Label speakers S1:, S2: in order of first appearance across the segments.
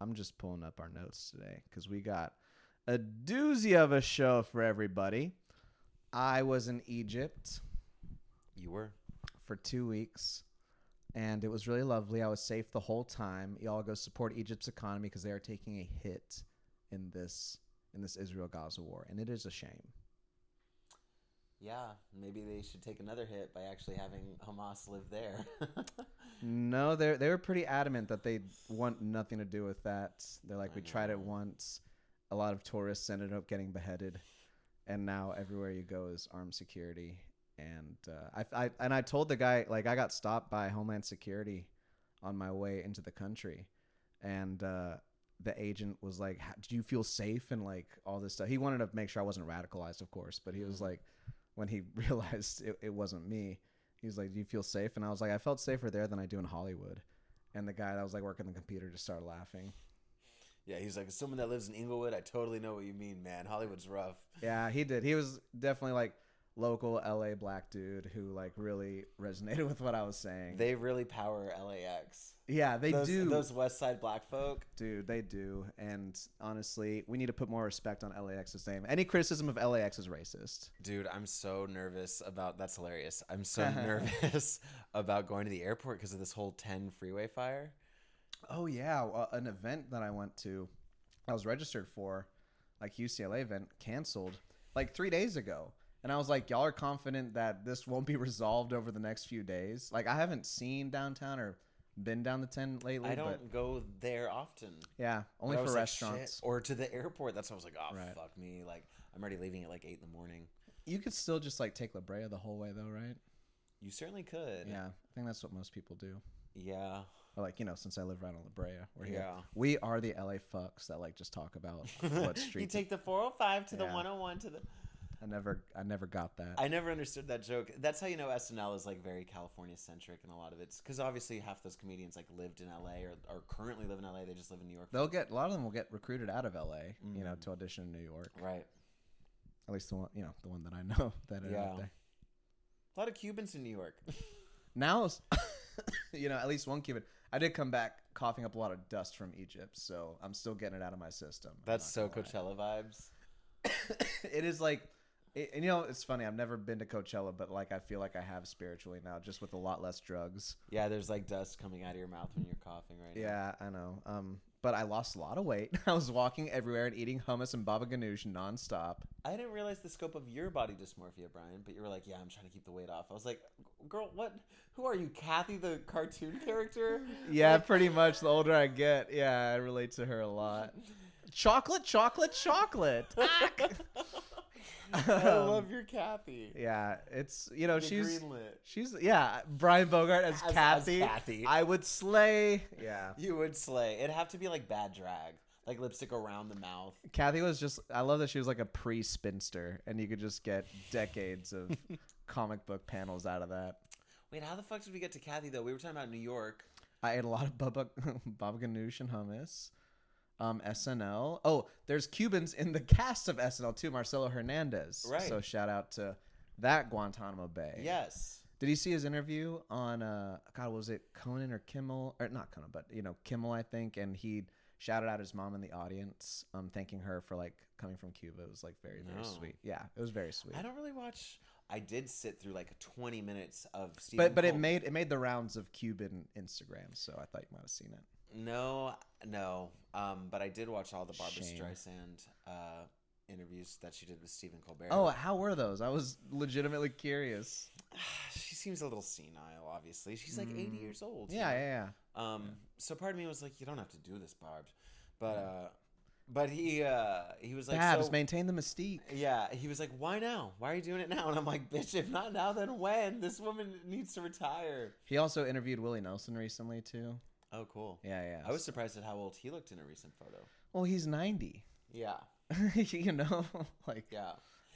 S1: I'm just pulling up our notes today because we got a doozy of a show for everybody. I was in Egypt
S2: You were.
S1: for two weeks, and it was really lovely. I was safe the whole time. Y'all go support Egypt's economy because they are taking a hit in this in this Israel Gaza war, and it is a shame.
S2: Yeah, maybe they should take another hit by actually having Hamas live there.
S1: No, they they were pretty adamant that they want nothing to do with that. They're like,
S2: I
S1: we tried it
S2: know.
S1: once. A lot of tourists ended up getting beheaded, and now everywhere you go is armed security. And uh, I, I and I told the guy like I got stopped by Homeland Security on my way into the country, and uh, the agent was like, "How- "Do you feel safe?" And like all this stuff. He wanted to make sure I wasn't radicalized, of course, but he was
S2: Mhm.
S1: like, when he realized it, it wasn't me, he was like, "Do you feel safe?" And I was like, "I felt safer there than I do in Hollywood." And the guy that was like working the computer just started laughing.
S2: yeah, he's like, as someone that lives in Inglewood, I totally know what you mean, man. Hollywood's rough.
S1: Yeah, he did. He was definitely like local LA black dude who like really resonated with what I was saying.
S2: They really power LAX.
S1: yeah, they
S2: those,
S1: do.
S2: Those West Side black folk.
S1: Dude, they do. And honestly, we need to put more respect on LAX's name. Any criticism of LAX is racist.
S2: Dude, I'm so nervous about that's hilarious. I'm so nervous about going to the airport because of this whole 10 freeway fire.
S1: Oh yeah, uh, an event that I went to, I was registered for, like UCLA event canceled like three days ago, and I was like, y'all are confident that this won't be resolved over the next few days. Like I haven't seen downtown or been down the ten lately.
S2: I
S1: but
S2: don't go there often.
S1: yeah,
S2: But
S1: only
S2: I was
S1: for
S2: like,
S1: restaurants.
S2: "Shit," or to the airport. That's when I was like, oh,
S1: Right.
S2: fuck me. Like, I'm already leaving at like 8 in the morning.
S1: You could still just like take La Brea the whole way though, right?
S2: You certainly could.
S1: Yeah, I think that's what most people do.
S2: Yeah.
S1: Or like you know, since I live right on La Brea, we're here.
S2: Yeah.
S1: We are the LA fucks that like just talk about what
S2: you
S1: streets.
S2: take the 405 to the
S1: Yeah.
S2: 101 to the.
S1: I never, I never got that.
S2: I never understood that joke. That's how you know SNL is like very California centric and a lot of it's because obviously half those comedians like lived in LA or, or currently live in LA. They just live in New York.
S1: They'll get a lot of them will get recruited out of LA, you
S2: Mm.
S1: know, to audition in New York.
S2: Right.
S1: At least the one, you know, the one that I know that are
S2: Yeah.
S1: out there.
S2: A lot of Cubans in New York.
S1: Now, it's- you know, at least one Cuban. I did come back coughing up a lot of dust from Egypt, so I'm still getting it out of my system. I'm
S2: That's so
S1: not gonna
S2: Coachella vibes.
S1: lie. it is like, it, and you know, it's funny. I've never been to Coachella, but like, I feel like I have spiritually now, just with a lot less drugs.
S2: Yeah, there's like dust coming out of your mouth when you're coughing right now.
S1: Yeah, I know. Um, but I lost a lot of weight. I was walking everywhere and eating hummus and baba ganoush nonstop.
S2: I didn't realize the scope of your body dysmorphia, Brian, but you were like, yeah, I'm trying to keep the weight off. I was like, girl, what? Who are you, Kathy, the cartoon character?
S1: Yeah,
S2: Like,
S1: pretty much. The older I get, yeah, I relate to her a lot. Chocolate, chocolate, chocolate. Um,
S2: I love your Kathy.
S1: yeah, it's you know
S2: The
S1: she's
S2: greenlit.
S1: she's yeah Brian Bogart as,
S2: As- as
S1: Kathy.
S2: Kathy.
S1: I would slay. Yeah,
S2: You would slay. It'd have to be like bad drag, like lipstick around the mouth.
S1: Kathy was just. I love that she was like a pre spinster, and you could just get decades of comic book panels out of that.
S2: Wait, how the fuck did we get to Kathy though? We were talking about New York.
S1: I ate a lot of baba baba ganoush and hummus. Um, SNL. Oh, there's Cubans in the cast of SNL too. Marcelo Hernandez.
S2: Right.
S1: So shout out to that Guantanamo Bay.
S2: Yes.
S1: Did you see his interview on uh God was it Conan or Kimmel or not Conan but you know Kimmel I think and he shouted out his mom in the audience um thanking her for like coming from Cuba. It was like very very
S2: No.
S1: sweet. Yeah, it was very sweet.
S2: I don't really watch. I did sit through like 20 minutes of Stephen
S1: But but it
S2: Colbert.
S1: made it made the rounds of Cuban Instagram, so I thought you might have seen it.
S2: No, no. Um, but I did watch all the Barbara
S1: Shame.
S2: Streisand uh, interviews that she did with Stephen Colbert.
S1: Oh, how were those? I was legitimately curious.
S2: she seems a little senile. Obviously, she's like 80
S1: Mm.
S2: years old. you
S1: Yeah,
S2: know?
S1: yeah, yeah.
S2: Um, so part of me was like, you don't have to do this, Barb. But uh, but he uh, he was like,
S1: Babs,
S2: so-
S1: maintain the mystique.
S2: Yeah, he was like, "Why now? Why are you doing it now?" And I'm like, "Bitch, if not now, then when? This woman needs to retire."
S1: He also interviewed Willie Nelson recently too.
S2: Oh, cool.
S1: Yeah, yeah.
S2: I was surprised at how old he looked in a recent photo.
S1: well, he's ninety.
S2: Yeah,
S1: you know, like
S2: yeah.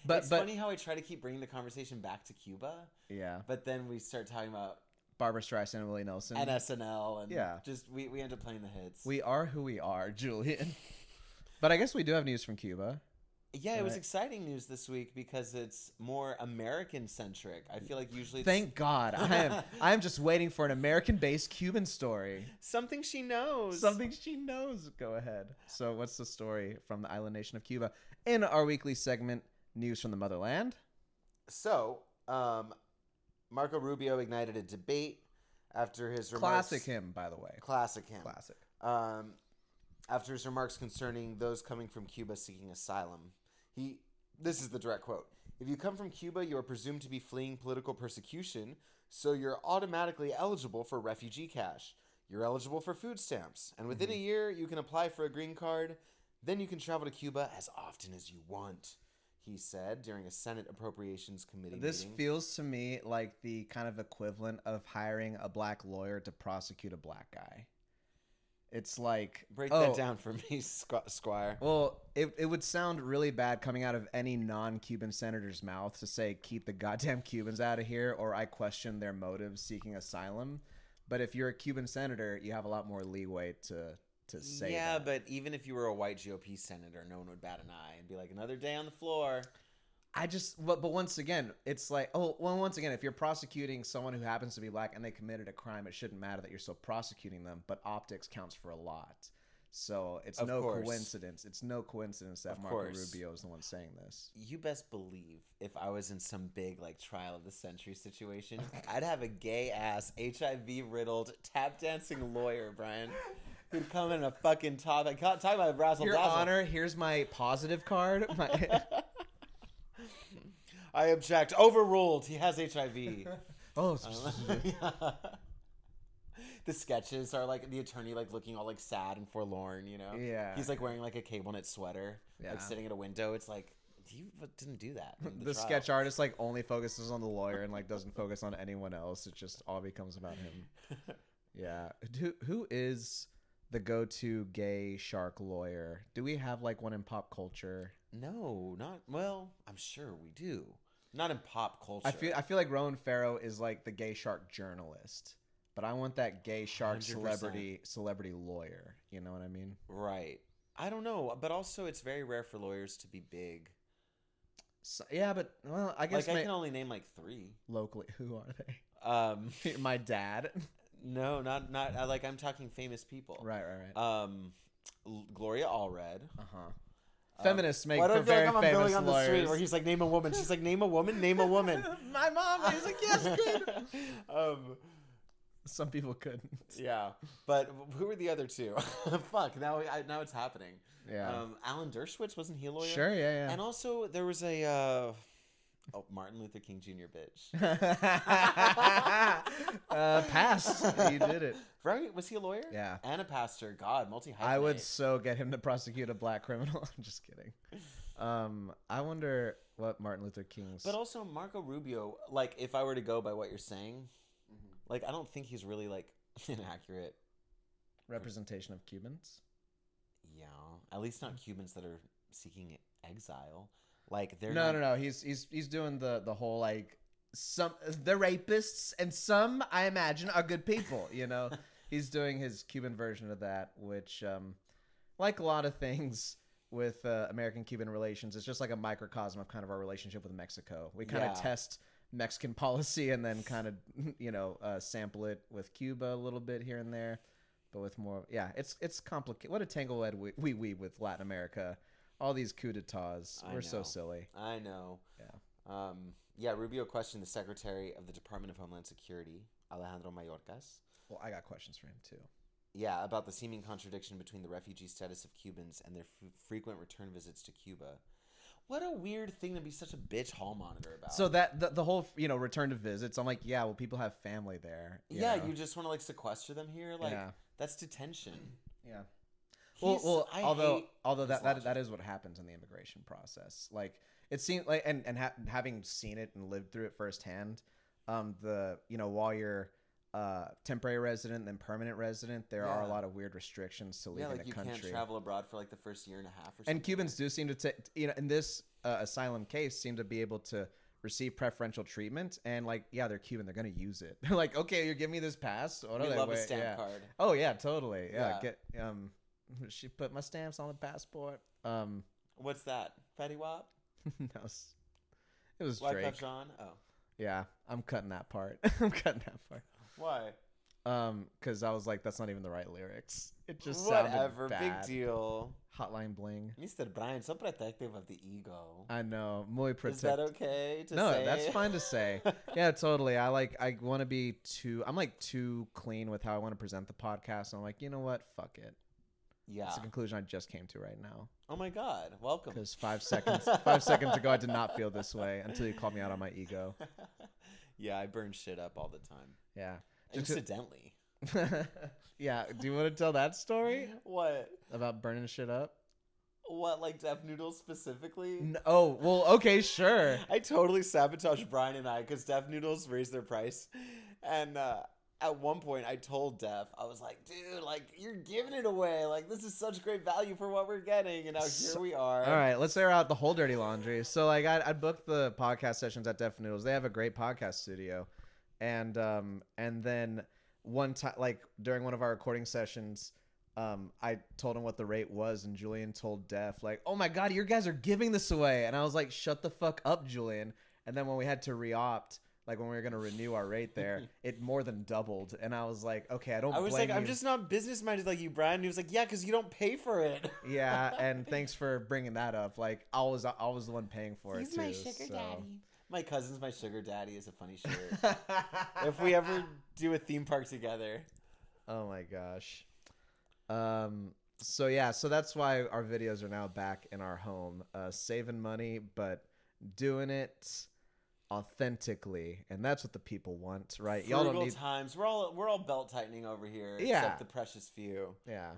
S1: but
S2: it's
S1: but
S2: funny how I try to keep bringing the conversation back to Cuba,
S1: yeah,
S2: but then we start talking about
S1: Barbara Streisand and Willie Nelson.
S2: and SNL and
S1: Yeah.
S2: just we, we end up playing the hits.
S1: we are who we are, Julian. but I guess we do have news from Cuba.
S2: Yeah, it was
S1: Right.
S2: exciting news this week because it's more American centric. I feel like usually it's
S1: Thank God. I am I am just waiting for an American based Cuban story.
S2: something she knows.
S1: Something she knows. Go ahead. So what's the story from the island nation of Cuba? In our weekly segment, News from the Motherland.
S2: So, um, Marco Rubio ignited a debate after his remarks.
S1: Classic him, by the way.
S2: Classic him.
S1: Classic.
S2: um, after his remarks concerning those coming from Cuba seeking asylum. He, this is the direct quote: "If you come from Cuba, you are presumed to be fleeing political persecution, so you're automatically eligible for refugee cash. You're eligible for food stamps, and within a
S1: Mm-hmm.
S2: year, you can apply for a green card. Then you can travel to Cuba as often as you want." He said during a Senate Appropriations Committee
S1: This
S2: meeting.
S1: feels to me like the kind of equivalent of hiring a black lawyer to prosecute a black guy. It's like
S2: Break
S1: oh,
S2: that down for me, Squ- Squire.
S1: Well, it, it would sound really bad coming out of any non Cuban senator's mouth to say, keep the goddamn Cubans out of here, or I question their motives seeking asylum. But if you're a Cuban senator, you have a lot more leeway to, to say
S2: yeah,
S1: that.
S2: but even if you were a white GOP senator, no one would bat an eye and be like, another day on the floor.
S1: I just, but, but once again, it's like, oh, well, once again, if you're prosecuting someone who happens to be black and they committed a crime, it shouldn't matter that you're still prosecuting them, but optics counts for a lot. So it's
S2: Of
S1: no
S2: course.
S1: coincidence. It's no coincidence that
S2: Of
S1: Marco
S2: course.
S1: Rubio is the one saying this.
S2: You best believe if I was in some big like trial of the century situation, I'd have a gay ass, HIV riddled, tap dancing lawyer, Brian, who'd come in a fucking top. I can't talk about razzle
S1: Your
S2: dazzle.
S1: Honor, here's my positive card. My,
S2: I object. Overruled. He has HIV.
S1: oh,
S2: the sketches are like the attorney like looking all like sad and forlorn, you know.
S1: Yeah.
S2: He's like wearing like a cable knit sweater,
S1: Yeah.
S2: like sitting at a window. It's like you didn't do that. in
S1: the,
S2: trial."
S1: sketch artist like only focuses on the lawyer and like doesn't focus on anyone else. It just all becomes about him. Yeah. Who who is the go-to gay shark lawyer? Do we have like one in pop culture?
S2: No, not well. I'm sure we do. Not in pop culture.
S1: I feel I feel like Rowan Farrow is like the gay shark journalist, but I want that gay shark
S2: 100%.
S1: celebrity celebrity lawyer. You know what I mean?
S2: right. I don't know, but also it's very rare for lawyers to be big.
S1: So, yeah, but well, I guess
S2: like I
S1: my-
S2: can only name like three.
S1: locally, who are they?
S2: Um,
S1: my dad.
S2: no, not not I- like I'm talking famous people.
S1: right, right, right.
S2: Um, L- Gloria Allred.
S1: Uh huh.
S2: Um,
S1: Feminists make
S2: Why do I
S1: for
S2: feel like
S1: very
S2: I'm a
S1: famous
S2: Billy on the
S1: lawyers.
S2: street where he's like, name a woman. She's like, name a woman, name a woman.
S1: My mom is like, yes, good.
S2: um,
S1: Some people couldn't.
S2: yeah, but who were the other two? Fuck, now I, now it's happening.
S1: Yeah.
S2: Um, Alan Dershowitz wasn't he a lawyer?
S1: sure. Yeah.
S2: And also there was a uh, oh Martin Luther King Jr. bitch.
S1: Yeah. uh, pass. You did it.
S2: Right? Was he a lawyer?
S1: Yeah.
S2: And a pastor. God, multi.
S1: I would so get him to prosecute a black criminal. I'm just kidding. Um, I wonder what Martin Luther King's.
S2: But also Marco Rubio. Like, if I were to go by what you're saying,
S1: Mm-hmm.
S2: like I don't think he's really like an accurate.
S1: representation of Cubans.
S2: Yeah, at least
S1: Mm-hmm.
S2: not Cubans that are seeking exile. Like they're
S1: no,
S2: not-
S1: no, no. He's he's he's doing the the whole like some the rapists and some I imagine are good people. You know, he's doing his Cuban version of that, which um, like a lot of things with uh, American Cuban relations, it's just like a microcosm of kind of our relationship with Mexico. We kind
S2: Yeah.
S1: of test Mexican policy and then kind of you know uh, sample it with Cuba a little bit here and there. But with more, yeah, it's it's complicated. What a tangled we, we weave with Latin America, all these coups d'états.
S2: I
S1: We're so
S2: know.
S1: silly.
S2: I know.
S1: Yeah.
S2: Um, yeah, Rubio questioned the Secretary of the Department of Homeland Security, Alejandro Mayorkas,
S1: Well, I got questions for him too.
S2: yeah, about the seeming contradiction between the refugee status of Cubans and their f- frequent return visits to Cuba. What a weird thing to be such a bitch hall monitor about.
S1: So that the, the whole you know return to visits, I'm like, yeah, well, people have family there.
S2: yeah,
S1: know?
S2: you just want to like sequester them here, like
S1: Yeah.
S2: that's detention.
S1: yeah. Well,
S2: He's-
S1: well,
S2: I
S1: although
S2: hate
S1: although
S2: his
S1: that, that
S2: logic.
S1: that is what happens in the immigration process. Like it seems like, and and ha- having seen it and lived through it firsthand, um, the you know while you're uh temporary resident then permanent resident, there are a
S2: Yeah.
S1: lot of weird restrictions to
S2: yeah,
S1: leaving
S2: like
S1: a
S2: you
S1: country.
S2: can't travel abroad for like the first year and a half or something.
S1: and Cubans do seem to take you know in this uh, asylum case seem to be able to receive preferential treatment and like yeah they're Cuban they're gonna use it they're like okay you give me this pass oh,
S2: We
S1: no,
S2: love
S1: wait,
S2: a stamp
S1: yeah.
S2: card.
S1: oh yeah totally yeah,
S2: Yeah.
S1: get um she put my stamps on the passport um
S2: What's that? Fetty Wap?
S1: no, it's- it was Drake.
S2: Wyclef Jean? Oh.
S1: Yeah, I'm cutting that part. I'm cutting that part.
S2: Why?
S1: Um, because I was like, that's not even the right lyrics. It just sounded
S2: Whatever.
S1: bad.
S2: Big deal.
S1: Hotline bling.
S2: Mr. Brian, so protective of the ego.
S1: I know. Muy protect.
S2: Is that okay to
S1: no,
S2: say?
S1: that's fine to say. yeah, totally. I like. I want to be too. I'm like too clean with how I want to present the podcast. And I'm like, you know what? Fuck it.
S2: yeah.
S1: That's the conclusion I just came to right now.
S2: Oh my God. Welcome.
S1: Because five seconds, five seconds ago, I did not feel this way until you called me out on my ego.
S2: yeah, I burn shit up all the time.
S1: Yeah. Just to-
S2: Incidentally.
S1: yeah. Do you want to tell that story
S2: What?
S1: about burning shit up?
S2: What? Like Deaf Noodles specifically?
S1: N- oh well. Okay. Sure.
S2: I totally sabotaged Brian and I because Def Noodles raised their price. And uh, at one point, I told Def, I was like, dude, like, you're giving it away. Like, this is such great value for what we're getting. And now
S1: So-
S2: here we are.
S1: All right, let's air out the whole dirty laundry. So, like, I, I booked the podcast sessions at Def Noodles. They have a great podcast studio, and um, and then one time, like during one of our recording sessions, um, I told him what the rate was, and Julian told Def, like, "Oh my god, you guys are giving this away," and I was like, "Shut the fuck up, Julian." And then when we had to re-opt, like when we were gonna renew our rate there, it more than doubled, and I was like, "Okay, I don't."
S2: I was
S1: blame
S2: like, I'm
S1: you."
S2: just not business minded like you, Brian. And he was like, yeah, because you don't pay for it.
S1: Yeah, and thanks for bringing that up. Like, I was I was the one paying for it
S3: He's
S1: too.
S3: my sugar
S1: so.
S3: daddy.
S2: My cousin's my sugar daddy is a funny shirt. if we ever do a theme park together,
S1: oh my gosh um so yeah so that's why our videos are now back in our home uh saving money but doing it authentically and that's what the people want right y'all don't
S2: Frugal
S1: need
S2: times. We're all we're all belt tightening over here,
S1: Yeah.
S2: except the precious few.
S1: yeah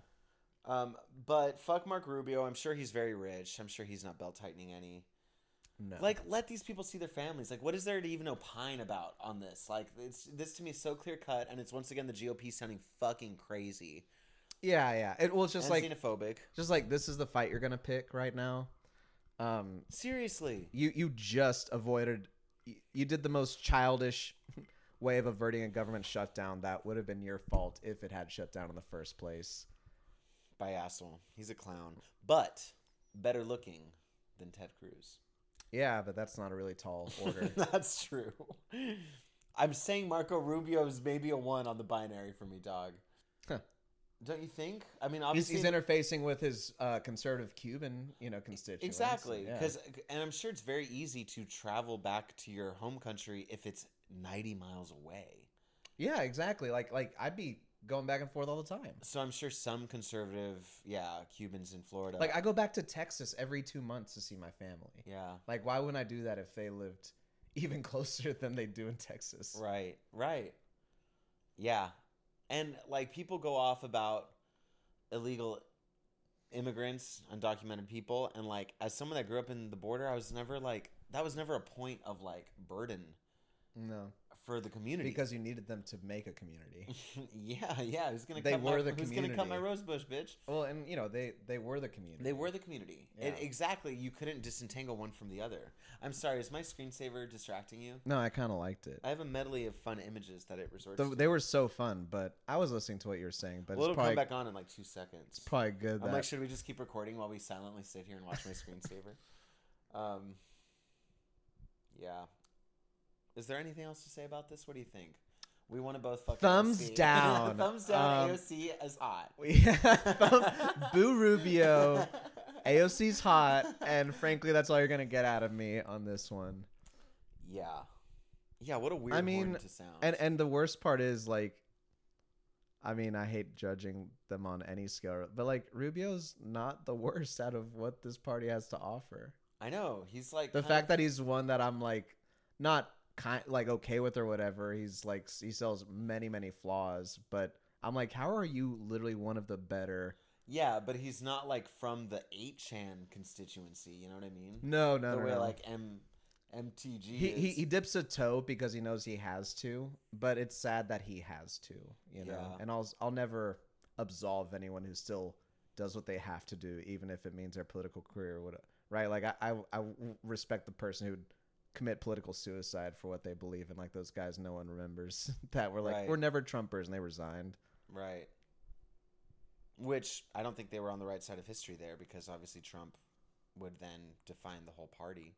S2: Um, but fuck Mark Rubio. I'm sure he's very rich. I'm sure he's not belt tightening any.
S1: no
S2: Like, let these people see their families. Like, what is there to even opine about on this? Like, it's this to me is so clear cut, and it's once again the GOP sounding fucking crazy
S1: yeah yeah it was just
S2: and
S1: like
S2: xenophobic.
S1: just like this is the fight you're gonna pick right now um
S2: Seriously,
S1: you you just avoided you- you did the most childish way of averting a government shutdown that would have been your fault if it had shut down in the first place
S2: by asshole. He's a clown, but better looking than Ted Cruz.
S1: Yeah, but that's not a really tall order.
S2: That's true. I'm saying Marco Rubio is maybe a one on the binary for me, dog.
S1: Huh.
S2: Don't you think? I mean,
S1: he's,
S2: obviously,
S1: he's interfacing with his uh, conservative Cuban, you know, constituents.
S2: Exactly,
S1: Yeah.
S2: because and I'm sure it's very easy to travel back to your home country if it's 90 miles away.
S1: yeah, exactly. Like like I'd be going back and forth all the time.
S2: So I'm sure some conservative, yeah, Cubans in Florida,
S1: Like I go back to Texas every two months to see my family.
S2: yeah,
S1: Like why wouldn't I do that if they lived even closer than they do in Texas?
S2: right, right, yeah, and like people go off about illegal immigrants, undocumented people, and like as someone that grew up in the border, I was never like that was never a point of like burden
S1: No,
S2: for the community
S1: because you needed them to make a community.
S2: yeah, yeah, who's gonna
S1: They
S2: cut
S1: were
S2: my,
S1: the
S2: who's gonna cut my
S1: community.
S2: rose bush, bitch?
S1: well, and you know they they were the community.
S2: They were the community. It,
S1: Yeah.
S2: exactly. You couldn't disentangle one from the other. I'm sorry. Is my screensaver distracting you?
S1: No, I kind of liked it.
S2: I have a medley of fun images that it resorts
S1: The-
S2: to.
S1: they were so fun, but I was listening to what you were saying. But
S2: well, it'll
S1: it's probably
S2: come back on in like two seconds.
S1: probably good.
S2: I'm
S1: That
S2: like, should we just keep recording while we silently sit here and watch my screensaver? Um, yeah. Is there anything else to say about this? What do you think? We want to both fucking
S1: Thumbs
S2: AOC.
S1: down.
S2: Thumbs down.
S1: Um,
S2: AOC is hot.
S1: Yeah, Boo Rubio, AOC's hot, and frankly, that's all you're gonna get out of me on this one.
S2: Yeah. Yeah. What a weird
S1: mean,
S2: horn to sound.
S1: And and the worst part is like, I mean, I hate judging them on any scale, but like Rubio's not the worst out of what this party has to offer.
S2: I know he's like
S1: The
S2: kind of-
S1: fact that he's one that I'm like not kind like okay with or whatever. He's like he sells many many flaws, but I'm like, how are you literally one of the better?
S2: Yeah, but he's not like from the 8chan constituency, you know what I mean?
S1: No, no,
S2: the
S1: no,
S2: way
S1: no.
S2: like M MTG
S1: he, he
S2: is.
S1: he dips a toe because he knows he has to, but it's sad that he has to, you know.
S2: Yeah.
S1: And I'll I'll never absolve anyone who still does what they have to do, even if it means their political career would right. Like I, I I respect the person who'd commit political suicide for what they believe in. Like those guys, no one remembers that were like
S2: Right.
S1: we're never Trumpers, and they resigned.
S2: right. Which I don't think they were on the right side of history there because obviously Trump would then define the whole party.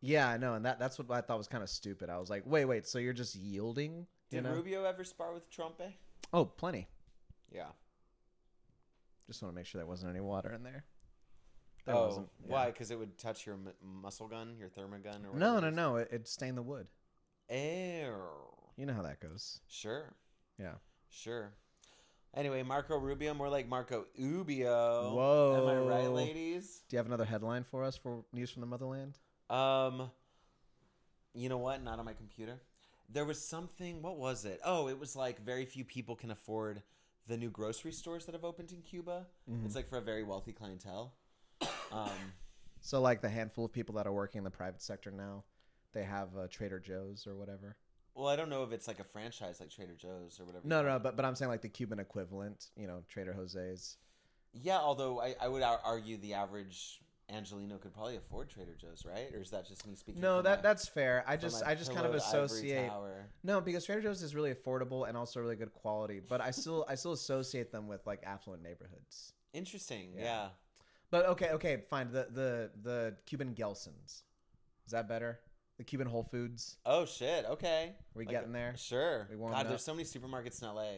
S1: Yeah, I know, and that that's what I thought was kind of stupid. I was like, wait, wait, so you're just yielding? You
S2: Did
S1: know?
S2: Rubio ever spar with Trump? eh?
S1: oh, plenty.
S2: Yeah.
S1: Just want to make sure there wasn't any water in there. There
S2: oh,
S1: wasn't. yeah.
S2: why? Because it would touch your m- muscle gun, your thermogun, or
S1: No,
S2: whatever
S1: no,
S2: it is.
S1: no. It, it stained the wood.
S2: Ew.
S1: You know how that goes.
S2: Sure.
S1: Yeah.
S2: Sure. Anyway, Marco Rubio, more like Marco Ubio. Am I right,
S1: Whoa.
S2: ladies?
S1: Do you have another headline for us for news from the motherland?
S2: Um, you know what? Not on my computer. There was something. What was it? Oh, it was like very few people can afford the new grocery stores that have opened in Cuba. It's like for a very wealthy clientele. Um,
S1: So, like the handful of people that are working in the private sector now, they have uh, Trader Joe's or whatever.
S2: well, I don't know if it's like a franchise like Trader Joe's or whatever. you
S1: No,
S2: call
S1: no,
S2: it.
S1: but but I'm saying like the Cuban equivalent, you know, Trader Jose's.
S2: yeah. Although I, I would ar- argue the average Angelino could probably afford Trader Joe's, right? Or is that just me speaking?
S1: No,
S2: from
S1: that
S2: my-
S1: that's fair. I
S2: from
S1: just
S2: my
S1: I just kind of
S2: pillowed ivory
S1: associate
S2: tower?
S1: No, because Trader Joe's is really affordable and also really good quality, but I still I still associate them with like affluent neighborhoods.
S2: Interesting.
S1: Yeah.
S2: yeah.
S1: But okay, okay, fine. The the the Cuban Gelsons. Is that better? The Cuban Whole Foods.
S2: Oh shit. Okay.
S1: We
S2: Like,
S1: getting there?
S2: Sure.
S1: We warming
S2: God,
S1: up?
S2: there's so many supermarkets in LA.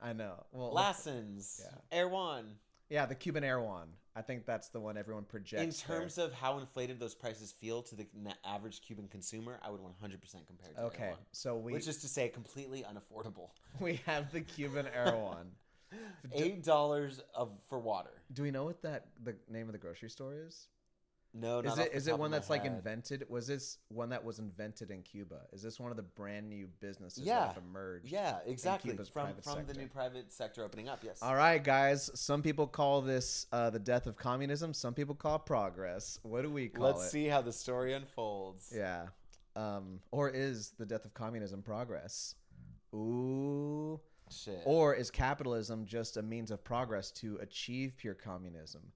S1: I know. Well,
S2: Lassen's, Erewhon.
S1: yeah, the Cuban Erewhon. I think that's the one everyone
S2: In
S1: projects. there.
S2: terms of how inflated those prices feel to the na- average Cuban consumer, I would 100% compare to
S1: okay,
S2: Erewhon,
S1: so we
S2: which is to say completely unaffordable.
S1: we have the Cuban Erewhon. do,
S2: Eight dollars of for water.
S1: do we know what that the name of the grocery store is?
S2: No, Oh, not
S1: Is
S2: off
S1: it
S2: the
S1: is
S2: top
S1: it
S2: of
S1: one
S2: my
S1: that's like
S2: head.
S1: invented? Was this one that was invented in Cuba? Is this one of the brand new businesses
S2: Yeah.
S1: that have emerged?
S2: Yeah, exactly.
S1: Cuba's
S2: From
S1: private
S2: from the
S1: sector.
S2: new private sector opening up. Yes.
S1: All right, guys. Some people call this uh, the death of communism. Some people call it progress. What do we call
S2: Let's
S1: it?
S2: see how the story unfolds.
S1: Yeah. Um, or is the death of communism progress? Ooh.
S2: Shit.
S1: Or is capitalism just a means of progress to achieve pure communism?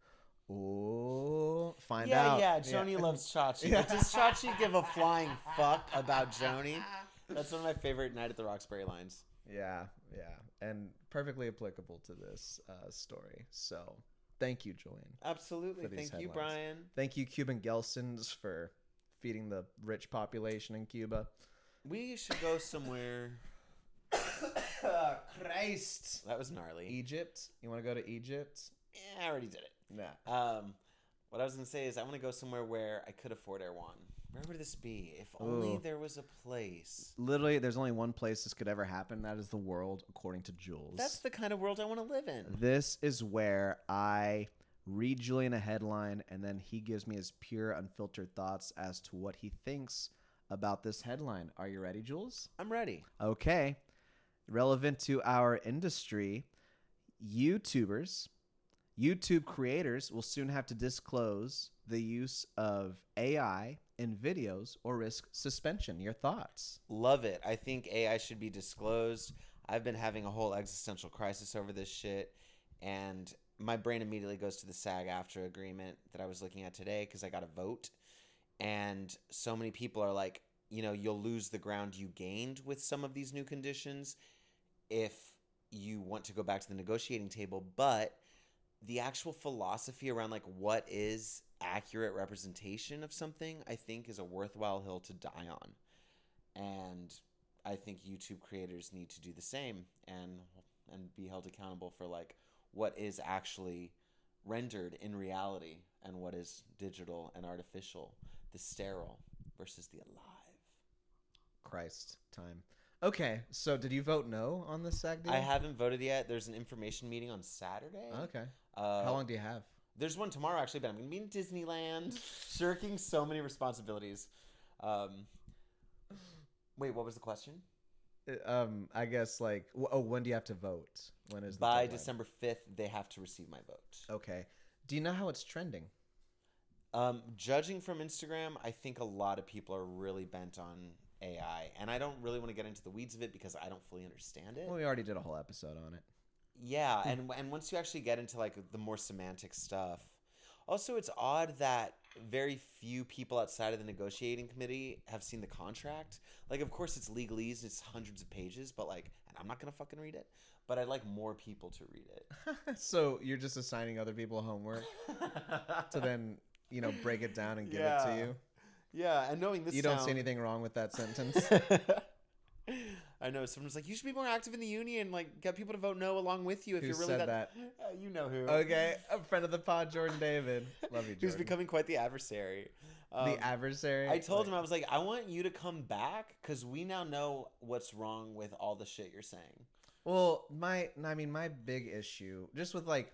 S1: Ooh. Find
S2: yeah,
S1: out.
S2: yeah. Joni loves Chachi. But Does Chachi give a flying fuck about Joni? That's one of my favorite Night at the Roxbury lines.
S1: Yeah, yeah, and perfectly applicable to this uh, story. So, thank you, Julian.
S2: Absolutely.
S1: For these
S2: Thank you,
S1: headlines.
S2: Brian.
S1: Thank you, Cuban Gelsons, for feeding the rich population in Cuba.
S2: We should go somewhere.
S1: Christ,
S2: That was gnarly.
S1: Egypt. You want to go to Egypt?
S2: Yeah, I already did it.
S1: Nah.
S2: Um, what I was gonna say is I want to go somewhere where I could afford Erewhon. Where would this be? If only
S1: Ooh.
S2: there was a place.
S1: Literally, there's only one place this could ever happen. That is the world, according to Jules.
S2: That's the kind of world I want to live in.
S1: This is where I read Julian a headline and then he gives me his pure, unfiltered thoughts as to what he thinks about this headline. Are you ready, Jules?
S2: I'm ready.
S1: Okay. Relevant to our industry, YouTubers, YouTube creators will soon have to disclose the use of AI in videos or risk suspension. Your thoughts?
S2: Love it. I think AI should be disclosed. I've been having a whole existential crisis over this shit, and my brain immediately goes to the SAG after agreement that I was looking at today because I got a vote. And so many people are like, you know, you'll lose the ground you gained with some of these new conditions if you want to go back to the negotiating table. But the actual philosophy around like what is accurate representation of something, I think, is a worthwhile hill to die on and I think YouTube creators need to do the same and and be held accountable for like what is actually rendered in reality and what is digital and artificial, the sterile versus the alive.
S1: Christ, time. Okay, so did you vote no on this SAG deal?
S2: I haven't voted yet. There's an information meeting on Saturday.
S1: Okay.
S2: Uh,
S1: How long do you have?
S2: There's one tomorrow actually, but I'm gonna be in Disneyland, shirking so many responsibilities. Um, wait, what was the question?
S1: Uh, um i guess like w- oh when do you have to vote when is the
S2: By
S1: deadline?
S2: December 5th, they have to receive my vote.
S1: okay do you know how it's trending
S2: Um, judging from Instagram, I think a lot of people are really bent on AI, and I don't really want to get into the weeds of it because I don't fully understand it.
S1: well we already did a whole episode on it
S2: Yeah,
S1: Hmm.
S2: and and once you actually get into like the more semantic stuff, also it's odd that very few people outside of the negotiating committee have seen the contract. Like, of course, it's legalese and it's hundreds of pages, but like, and I'm not gonna fucking read it. But I'd like more people to read it.
S1: so you're just assigning other people homework to then you know break it down and give it
S2: Yeah.
S1: to you.
S2: Yeah, and knowing this,
S1: you don't
S2: town-
S1: see anything wrong with that sentence.
S2: I know someone's like, you should be more active in the union, like get people to vote no along with you if
S1: Who
S2: you're really
S1: said
S2: that. Uh, you know who?
S1: okay, a friend of the pod, Jordan David. Love you, Jordan.
S2: Who's becoming quite the adversary? Um,
S1: the adversary?
S2: I told him
S1: Like,
S2: I was like, I want you to come back because we now know what's wrong with all the shit you're saying.
S1: Well, my I mean, my big issue just with like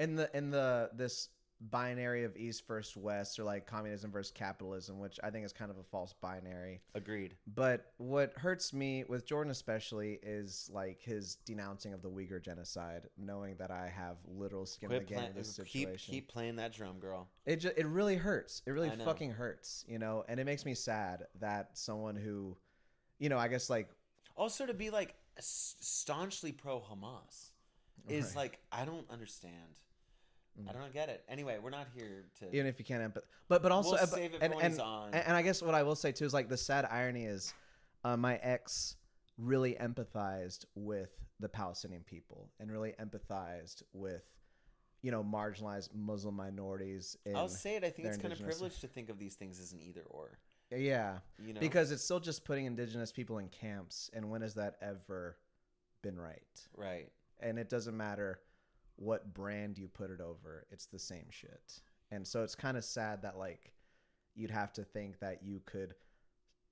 S1: in the in the this binary of East versus West or like communism versus capitalism, which I think is kind of a false binary.
S2: Agreed.
S1: But what hurts me with Jordan especially is like his denouncing of the Uyghur genocide, knowing that I have literal skin in
S2: Quit
S1: the game
S2: playing.
S1: in this situation.
S2: Keep keep playing that drum, girl.
S1: It ju- it really hurts. It really
S2: I know.
S1: fucking hurts, you know. And it makes me sad that someone who, you know, I guess like
S2: Also, to be like s- staunchly pro Hamas is
S1: Right.
S2: like I don't understand. I
S1: Mm.
S2: don't get it. Anyway, we're not here to.
S1: even if you can't, empath- but but also
S2: we'll
S1: uh, but-
S2: save it
S1: and,
S2: for when
S1: and,
S2: he's on.
S1: and and I guess what I will say too is like the sad irony is, uh, my ex really empathized with the Palestinian people and really empathized with, you know, marginalized Muslim minorities. In,
S2: I'll say it. I think
S1: their
S2: it's kind of
S1: indigenous-
S2: privileged to think of these things as an either or.
S1: yeah,
S2: You know,
S1: because it's still just putting indigenous people in camps, and when has that ever been right?
S2: right.
S1: and it doesn't matter what brand you put it over it's the same shit and so it's kind of sad that like you'd have to think that you could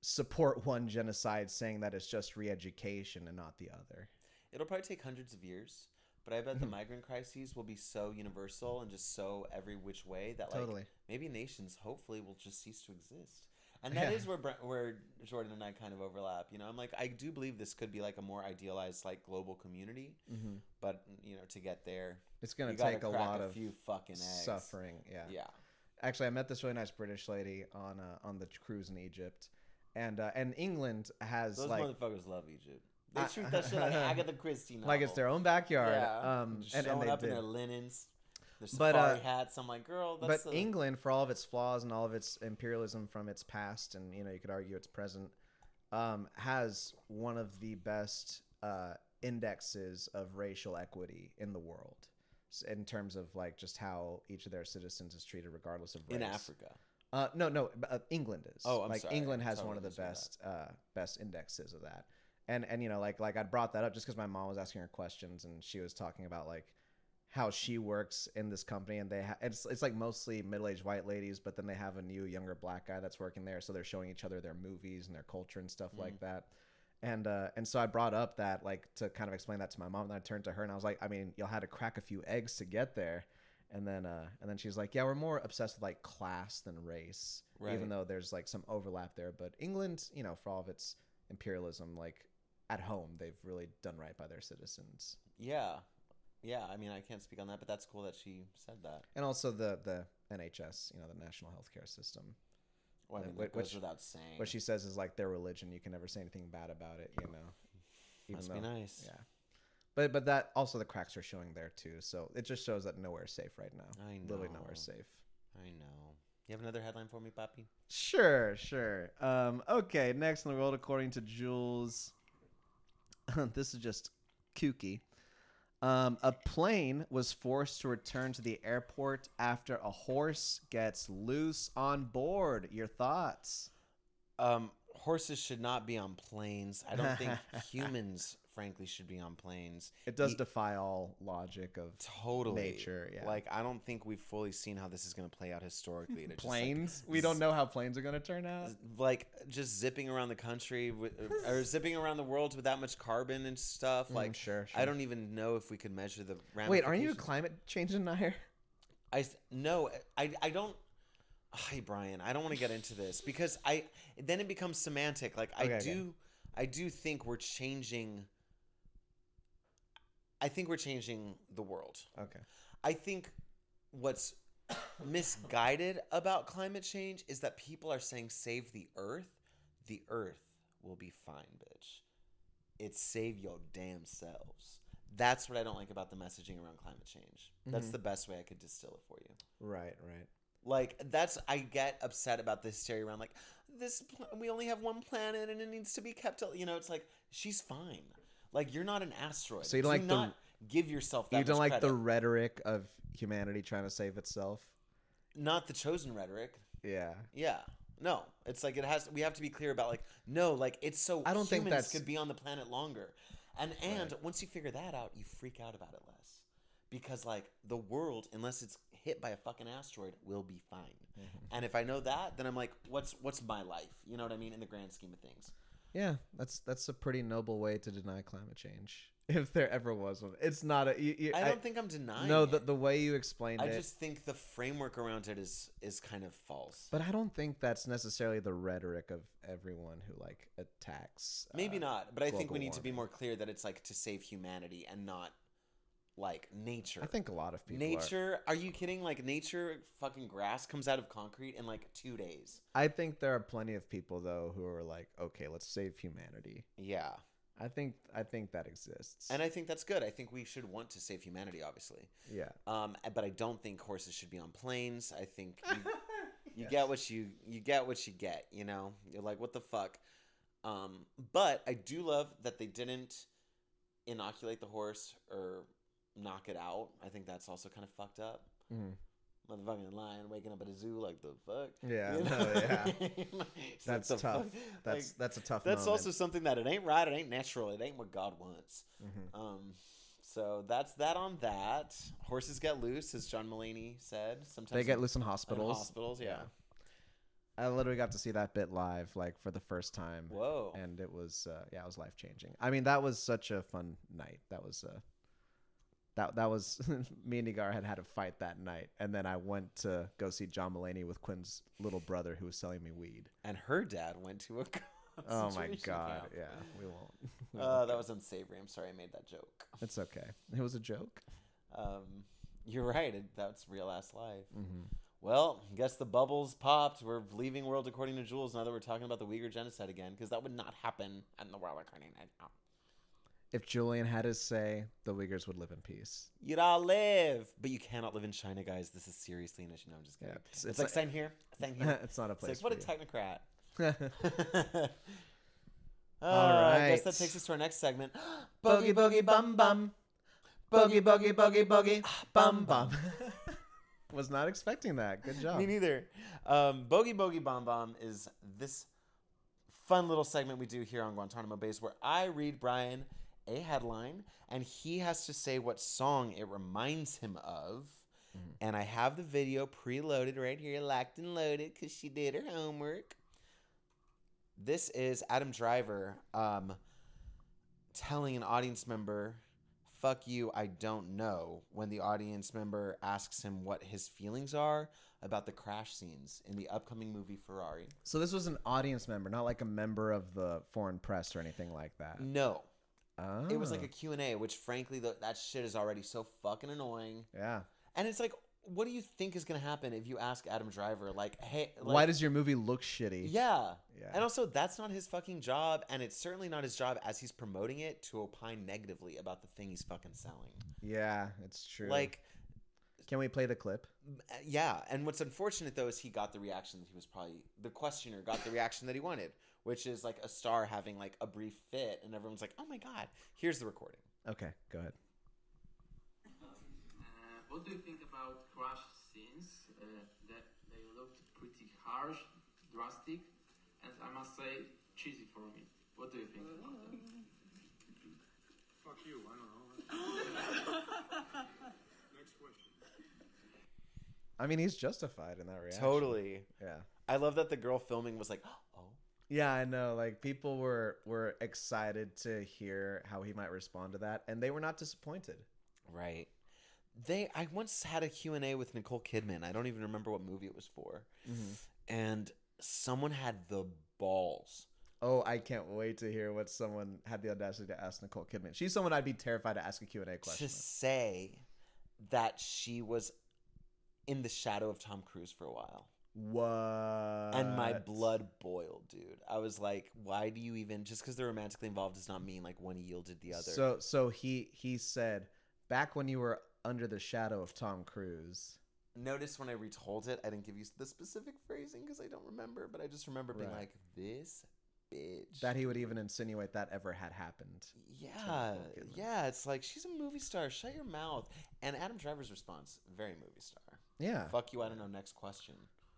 S1: support one genocide saying that it's just re-education and not the other
S2: It'll probably take hundreds of years, but I bet
S1: Mm-hmm.
S2: the migrant crises will be so universal and just so every which way that like
S1: totally
S2: maybe nations hopefully will just cease to exist. And that
S1: Yeah.
S2: is where Bra- where Jordan and I kind of overlap. You know, I'm like I do believe this could be like a more idealized like global community,
S1: hmm
S2: but you know, to get there,
S1: it's gonna
S2: mm-hmm. you gotta
S1: take a
S2: crack
S1: lot of
S2: few fucking eggs.
S1: suffering yeah.
S2: Yeah.
S1: actually i met this really nice british lady on uh, on the cruise in egypt and uh, and england has
S2: Those
S1: like
S2: motherfuckers love Egypt. They
S1: I-
S2: treat that shit like Agatha Christie novel.
S1: like it's their own backyard
S2: Yeah.
S1: um
S2: Just
S1: and,
S2: showing
S1: and they
S2: up
S1: did.
S2: in their linens, their
S1: But,
S2: safari
S1: uh,
S2: hats. I'm like, girl,
S1: but
S2: that's a-
S1: England, for all of its flaws and all of its imperialism from its past, and you know you could argue its present, um, has one of the best uh, indexes of racial equity in the world, s- in terms of like just how each of their citizens is treated, regardless of race.
S2: in Africa.
S1: Uh, no, no, b- uh, England is.
S2: Oh, I'm
S1: like
S2: sorry.
S1: England
S2: I
S1: has
S2: totally
S1: one of the
S2: misread that.
S1: best uh, best indexes of that. And and you know like like I brought that up just because my mom was asking her questions and she was talking about like how she works in this company and they ha- it's it's like mostly middle aged white ladies but then they have a new younger black guy that's working there so they're showing each other their movies and their culture and stuff like that. And uh, and so I brought up that like to kind of explain that to my mom. And I turned to her and I was like, I mean, you'll had to crack a few eggs to get there. And then uh, and then she's like, yeah, we're more obsessed with like class than race,
S2: Right.
S1: even though there's like some overlap there. But England, you know, for all of its imperialism, like at home, they've really done right by their citizens.
S2: Yeah. Yeah, I mean, I can't speak on that, but that's cool that she said that.
S1: And also the the NHS, you know, the national healthcare system,
S2: Well, I
S1: Uh,
S2: mean,
S1: whi-
S2: that
S1: which-
S2: goes without saying.
S1: what she says is like their religion. You can never say anything bad about it, you know.
S2: must be nice.
S1: Yeah. But but that also the cracks are showing there too. So it just shows that nowhere's safe right now.
S2: I know.
S1: Literally nowhere's safe.
S2: I know. You have another headline for me, Papi?
S1: Sure, sure. Um, okay, next in the world, according to Jules, this is just kooky. Um, a plane was forced to return to the airport after a horse gets loose on board. Your thoughts?
S2: Um, horses should not be on planes. I don't think humans, frankly, should be on planes.
S1: It does
S2: Ye-
S1: defy all logic of
S2: Totally.
S1: nature. Yeah.
S2: Like, I don't think we've fully seen how this is going to play out historically. They're just, like,
S1: planes? we don't know how planes are going to turn out.
S2: like just zipping around the country with, or zipping around the world with that much carbon and stuff.
S1: Mm,
S2: Like,
S1: sure,
S2: I
S1: sure.
S2: don't even know if we could measure the.
S1: Wait, aren't you a
S2: ramifications.
S1: climate change denier?
S2: I s- no, I I don't. Hi Brian, I don't want to get into this because I then it becomes semantic. Like I
S1: Okay, okay.
S2: do, I do think we're changing. I think we're changing the world.
S1: Okay.
S2: I think what's misguided about climate change is that people are saying save the earth. The earth will be fine, bitch. It's save your damn selves. That's what I don't like about the messaging around climate change. That's
S1: Mhm.
S2: the best way I could distill it for you.
S1: Right, right.
S2: Like that's I get upset about this theory around like this pl- we only have one planet and it needs to be kept al-" you know it's like she's fine. Like you're not an asteroid.
S1: So you don't
S2: Do
S1: like the-
S2: not give yourself that
S1: you don't
S2: much
S1: like the
S2: credit.
S1: rhetoric of humanity trying to save itself.
S2: not the chosen rhetoric.
S1: Yeah.
S2: Yeah. No, it's like it has. We have to be clear about like no, like it's so.
S1: I don't think
S2: humans
S1: that's-
S2: could be on the planet longer, and and once you figure that out, you freak out about it less, because like the world, unless it's hit by a fucking asteroid, will be fine. And if I know that, then I'm like, what's what's my life? You know what I mean in the grand scheme of things.
S1: Yeah, that's that's a pretty noble way to deny climate change, if there ever was one. It's not a. You, you,
S2: I don't think I'm denying.
S1: no,
S2: it.
S1: the the way you explained
S2: I
S1: it.
S2: just think the framework around it is is kind of false.
S1: But I don't think that's necessarily the rhetoric of everyone who like attacks.
S2: Maybe
S1: uh,
S2: not, but I think
S1: global
S2: we need to be more clear that it's like to save humanity and not like nature.
S1: I think a lot of people. are-
S2: nature. Are. you kidding? Like nature, fucking grass comes out of concrete in like two days.
S1: I think there are plenty of people though who are like, okay, let's save humanity.
S2: Yeah,
S1: I think I think that exists.
S2: and I think that's good. I think we should want to save humanity, obviously.
S1: yeah.
S2: Um, but I don't think horses should be on planes. I think you, you get what you you get what you get. You know, you're like, what the fuck. Um, but I do love that they didn't inoculate the horse or knock it out. I think that's also kind of fucked up.
S1: Mhm.
S2: Motherfucking lion waking up at a zoo, like the fuck.
S1: Yeah,
S2: You
S1: no,
S2: know?
S1: yeah.
S2: It's like,
S1: That's
S2: the
S1: tough.
S2: fuck?
S1: That's
S2: Like,
S1: that's a tough.
S2: that's
S1: moment.
S2: also something that it ain't right. It ain't natural. It ain't what God wants.
S1: Mhm.
S2: Um, so that's that on that. Horses get loose, as John Mulaney said. Sometimes
S1: They get
S2: in-
S1: loose in
S2: in
S1: hospitals.
S2: Hospitals, yeah.
S1: I literally got to see that bit live, like for the first time,
S2: Whoa.
S1: and it was uh, yeah, it was life changing. I mean, that was such a fun night. That was uh, that that was me and Nigar had had a fight that night, and then I went to go see John Mulaney with Quinn's little brother who was selling me weed.
S2: and her dad went to a.
S1: Oh my
S2: concentration
S1: god,
S2: camp.
S1: yeah, we won't. we
S2: Uh,
S1: won't
S2: that
S1: go.
S2: was unsavory. I'm sorry I made that joke.
S1: it's okay. It was a joke.
S2: Um, you're right. It, that's real ass life.
S1: Mm-hmm.
S2: Well, guess the bubbles popped. We're leaving world according to Jules now that we're talking about the Uyghur genocide again, because that would not happen in the world according to Jules.
S1: If Julian had his say, the Uyghurs would live in peace.
S2: You'd all live, but you cannot live in China, guys. This is seriously an issue. No, I'm just
S1: Yeah,
S2: kidding.
S1: it's,
S2: It's, like sign here, sign here.
S1: it's not a
S2: It's
S1: place.
S2: like what a
S1: for
S2: technocrat.
S1: you.
S2: Uh, I guess that
S1: right.
S2: takes us to our next segment.
S1: Boogie boogie bum bum. Boogie boogie boogie boogie bum bum. Was not expecting that. Good job.
S2: Me neither. Um, Bogey Bogey Bomb Bomb is this fun little segment we do here on Guantanamo Base where I read Brian a headline and he has to say what song it reminds him of.
S1: Mhm.
S2: And I have the video preloaded right here, locked and loaded, because she did her homework. This is Adam Driver um, telling an audience member, fuck you, I don't know, when the audience member asks him what his feelings are about the crash scenes in the upcoming movie Ferrari.
S1: So this was an audience member, not like a member of the foreign press or anything like that.
S2: No,
S1: Oh.
S2: Mm. it was like a Q&A, which frankly, tho- that shit is already so fucking annoying.
S1: yeah.
S2: And it's like, what do you think is going to happen if you ask Adam Driver, like, hey, like,
S1: Why does your movie look shitty?
S2: yeah.
S1: Yeah.
S2: And also, that's not his fucking job, and it's certainly not his job as he's promoting it to opine negatively about the thing he's fucking selling.
S1: Yeah, it's true.
S2: Like,
S1: can we play the clip?
S2: Uh, yeah and what's unfortunate though is he got the reaction that he was probably the questioner got the reaction that he wanted which is like a star having like a brief fit and everyone's like oh my god here's the recording
S1: Okay, go ahead.
S3: Uh, what do you think about crash scenes? Uh, that they looked pretty harsh, drastic, and I must say cheesy for me. What do you think about that?
S4: Fuck you, I don't know. Next question.
S1: I mean, he's justified in that reaction.
S2: totally
S1: Yeah.
S2: i love that the girl filming was like oh
S1: Yeah, I know. Like people were were excited to hear how he might respond to that, and they were not disappointed.
S2: right they i once had a q&a with nicole kidman i don't even remember what movie it was for and someone had the balls
S1: Oh, I can't wait to hear what someone had the audacity to ask Nicole Kidman. She's someone I'd be terrified to ask a Q&A question.
S2: to say that she was in the shadow of tom cruise for a while
S1: what?
S2: and my blood boiled, dude. I was like, why do you even just because they're romantically involved does not mean like one yielded the other.
S1: So so he he said back when you were under the shadow of Tom Cruise.
S2: notice when I retold it, I didn't give you the specific phrasing because I don't remember, but I just remember being
S1: Right.
S2: like, this bitch.
S1: that he would even insinuate that ever had happened.
S2: yeah,
S1: Gilman.
S2: yeah. It's like she's a movie star. Shut your mouth. And Adam Driver's response, very movie star.
S1: Yeah.
S2: Fuck you. I don't know. Next question.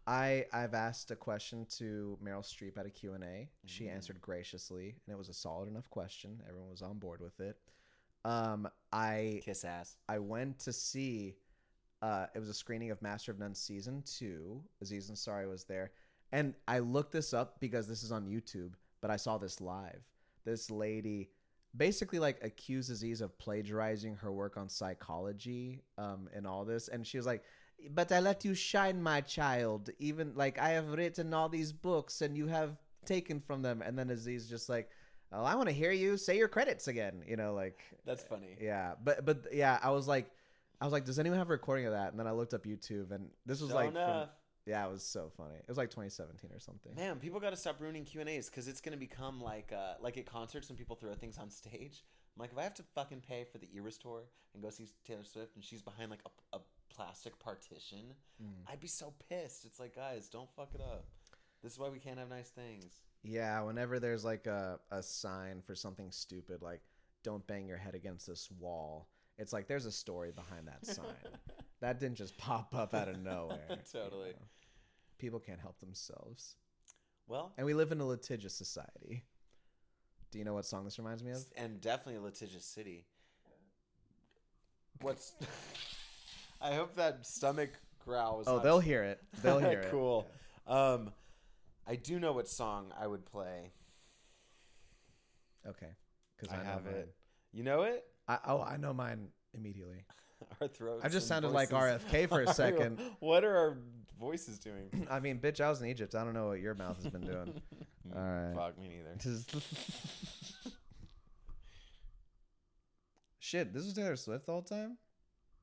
S1: I I've asked a question to Meryl Streep at a Q&A. She
S2: Mm.
S1: answered graciously, and it was a solid enough question. Everyone was on board with it. Um, I
S2: Kiss ass.
S1: I went to see uh, it was a screening of Master of None season 2. Aziz Ansari was there. And I looked this up because this is on YouTube, but I saw this live. This lady basically like accused Aziz of plagiarizing her work on psychology um, and all this. And she was like, but I let you shine, my child. Even like I have written all these books and you have taken from them. And then Aziz just like, oh, I want to hear you say your credits again. You know, like
S2: That's funny.
S1: yeah, but but yeah, I was like, I was like, does anyone have a recording of that? And then I looked up YouTube, and this was
S2: Sure
S1: like, from,
S2: enough.
S1: yeah, it was so funny. It was like 2017 or something.
S2: Man, people got to stop ruining Q and A's because it's gonna become like uh, like at concerts when people throw things on stage. I'm like, if I have to fucking pay for the Eras tour and go see Taylor Swift and she's behind like a, a plastic partition,
S1: Mm.
S2: I'd be so pissed. It's like, guys, don't fuck it up. This is why we can't have nice things.
S1: Yeah, whenever there's like a a sign for something stupid, like don't bang your head against this wall. It's like there's a story behind that sign. that didn't just pop up out of nowhere. you
S2: Totally.
S1: know? People can't help themselves,
S2: Well,
S1: and we live in a litigious society. Do you know what song this reminds me of?
S2: and definitely a litigious city. What's? I hope that stomach growl was.
S1: Oh,
S2: not
S1: they'll hear it. They'll hear
S2: cool.
S1: it. Yeah.
S2: Um, I do know what song I would play.
S1: Okay. Because
S2: I
S1: I, know
S2: have
S1: mine.
S2: it. You know it?
S1: I, oh, I know mine immediately.
S2: Our throats.
S1: I just
S2: and
S1: sounded like
S2: voices
S1: RFK for a
S2: are-
S1: second.
S2: what are our voices doing?
S1: I mean, bitch, I was in Egypt. I don't know what your mouth has been doing. All right.
S2: Fuck me neither.
S1: Just- Shit, this was Taylor Swift the whole time?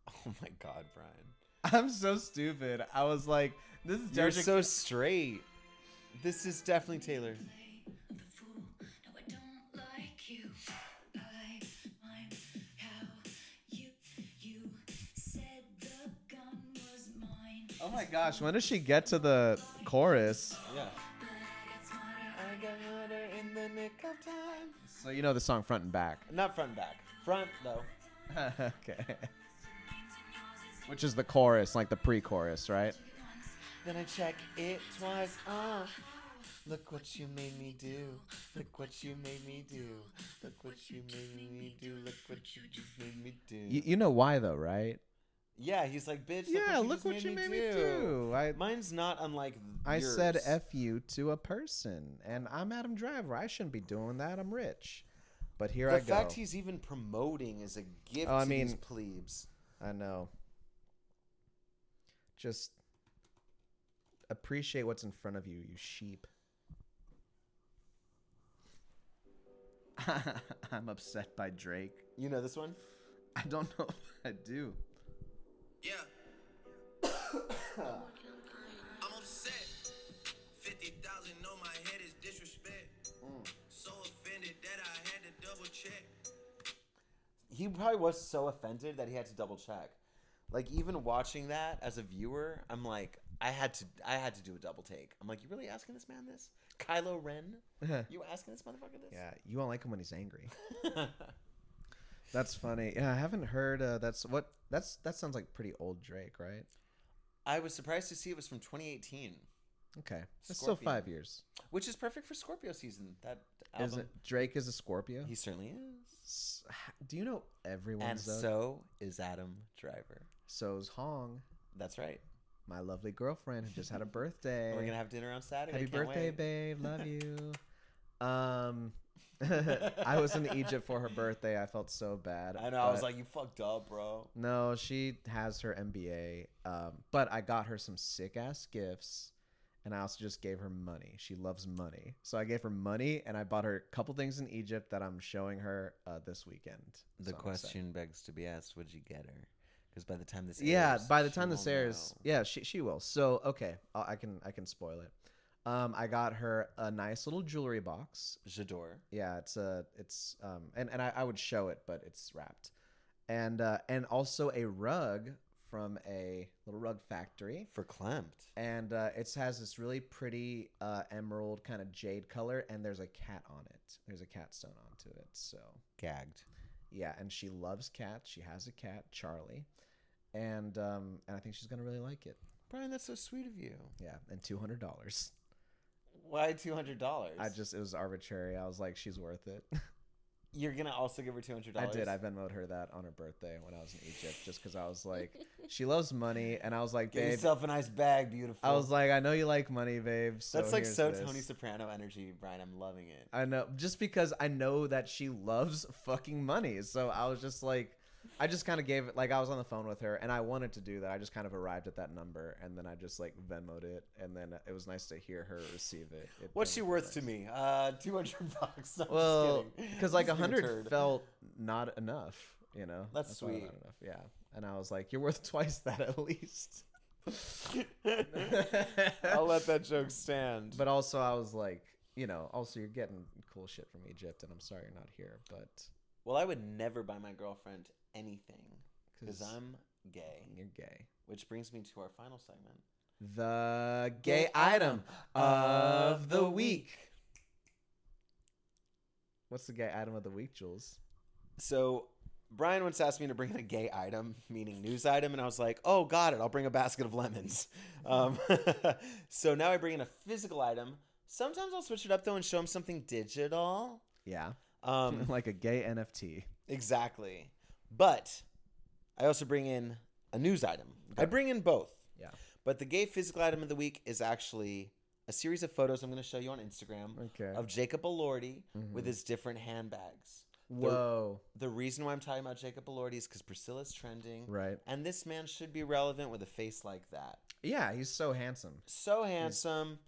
S2: Oh my god, Brian.
S1: I'm so stupid. I was like, this is
S2: You're
S1: Doja
S2: so straight. This is definitely Taylor.
S1: Oh my gosh, when does she get to the chorus?
S2: Yeah. I got murder in the nick of time.
S1: So you know the song front and back.
S2: Not front and back. Front though.
S1: okay. Which is the chorus, like the pre-chorus, right?
S2: Then I check it twice. Uh. Look what you made me do. Look what you made me do. Look what you made me do. Look what you just made me do.
S1: You, you know why though, right?
S2: Yeah, he's like, bitch.
S1: Yeah, look what you made me do. I
S2: Mine's not unlike.
S1: I
S2: yours.
S1: said F you to a person, and I'm Adam Driver. I shouldn't be doing that. I'm rich. But here
S2: The
S1: I go.
S2: fact he's even promoting is a gift
S1: Oh, I
S2: to these
S1: mean-
S2: plebes.
S1: I know. Just appreciate what's in front of you, you sheep. I'm upset by Drake.
S2: You know this one?
S1: I don't know if I do.
S5: Yeah. I'm upset. 50,000 on my head is disrespect. So offended that I had to double check.
S2: He probably was so offended that he had to double check. Like even watching that as a viewer, I'm like, I had to, I had to do a double take. I'm like, you really asking this man this? Kylo Ren?
S1: Uh-huh.
S2: You asking this motherfucker this?
S1: Yeah, you won't like him when he's angry. That's funny. Yeah, I haven't heard. Uh, that's what. That's that sounds like pretty old Drake, right?
S2: I was surprised to see it was from 2018,
S1: Okay, that's still
S2: Scorpion.
S1: five years.
S2: which is perfect for Scorpio season. That
S1: Is
S2: album.
S1: it Drake is a Scorpio?
S2: He certainly is.
S1: S- h- Do you know
S2: And
S1: everyone's though? So-
S2: so is Adam Driver.
S1: So's Hong,
S2: That's right.
S1: my lovely girlfriend who just had a birthday.
S2: And We're gonna have dinner on Saturday.
S1: Happy
S2: Can't
S1: birthday,
S2: wait.
S1: babe. Love you. Um, I was in Egypt for her birthday. I felt so bad.
S2: I know. I was
S1: but-
S2: like, you fucked up, bro.
S1: No, she has her MBA. Um, but I got her some sick ass gifts, and I also just gave her money. She loves money, so I gave her money, and I bought her a couple things in Egypt that I'm showing her uh, this weekend.
S2: The
S1: So I'm excited.
S2: question begs to be asked: Would you get her? Because by the time this
S1: Yeah,
S2: airs,
S1: by the
S2: she
S1: time this
S2: will
S1: airs,
S2: know.
S1: yeah, she she will. So okay, I I can I can spoil it. Um, I got her a nice little jewelry box.
S2: J'adore.
S1: Yeah, it's a it's um and and I, I would show it, but it's wrapped, and uh, and also a rug from a little rug factory.
S2: For clamped.
S1: And uh, it has this really pretty uh, emerald kind of jade color, and there's a cat on it. There's a cat sewn onto it. So,
S2: Gagged.
S1: yeah, and she loves cats. She has a cat, Charlie. And, um, and I think she's going to really like it.
S2: Brian, that's so sweet of you.
S1: Yeah, and $200.
S2: Why two hundred dollars?
S1: I just, it was arbitrary. I was like, she's worth it.
S2: you're gonna also give her two hundred
S1: I
S2: dollars.
S1: did. I Venmoed her that on her birthday when I was in Egypt, just because I was like, she loves money, and I was like,
S2: Get
S1: babe,
S2: yourself a nice bag, beautiful.
S1: I was like, I know you like money, babe. So
S2: that's like
S1: here's
S2: so
S1: this."
S2: Tony Soprano energy, Brian. I'm loving it.
S1: I know, just because I know that she loves fucking money. So I was just like, I just kind of gave it. Like I was on the phone with her, and I wanted to do that. I just kind of arrived at that number, and then I just like Venmoed it, and then it was nice to hear her receive it. It
S2: What's
S1: made
S2: she
S1: me
S2: worth
S1: nice.
S2: to me? Uh, two hundred bucks. No, I'm just
S1: Well,
S2: kidding.
S1: because
S2: I'm
S1: like a
S2: just being
S1: hundred
S2: turd.
S1: felt not enough, you know.
S2: That's
S1: I thought
S2: sweet.
S1: Not enough, yeah. And I was like, "You're worth twice that at least."
S2: I'll let that joke stand.
S1: But also, I was like, you know, also you're getting cool shit from Egypt, and I'm sorry you're not here, but
S2: well, I would never buy my girlfriend anything because
S1: 'Cause-
S2: I'm gay.
S1: you're gay.
S2: Which brings me to our final segment.
S1: The gay item of the week. What's the gay item of the week, Jules?
S2: So Brian once asked me to bring in a gay item, meaning news item, and I was like, "Oh, got it. I'll bring a basket of lemons." Um, so now I bring in a physical item. Sometimes I'll switch it up though and show him something digital.
S1: Yeah,
S2: Um,
S1: like a gay NFT.
S2: exactly. But I also bring in a news item. I bring in both.
S1: Yeah.
S2: But the gay physical item of the week is actually a series of photos I'm going to show you on Instagram
S1: Okay.
S2: of Jacob Elordi with
S1: Mhm.
S2: his different handbags.
S1: Whoa.
S2: The reason why I'm talking about Jacob Elordi is because Priscilla's trending.
S1: Right.
S2: And this man should be relevant with a face like that.
S1: Yeah, he's so handsome.
S2: So handsome.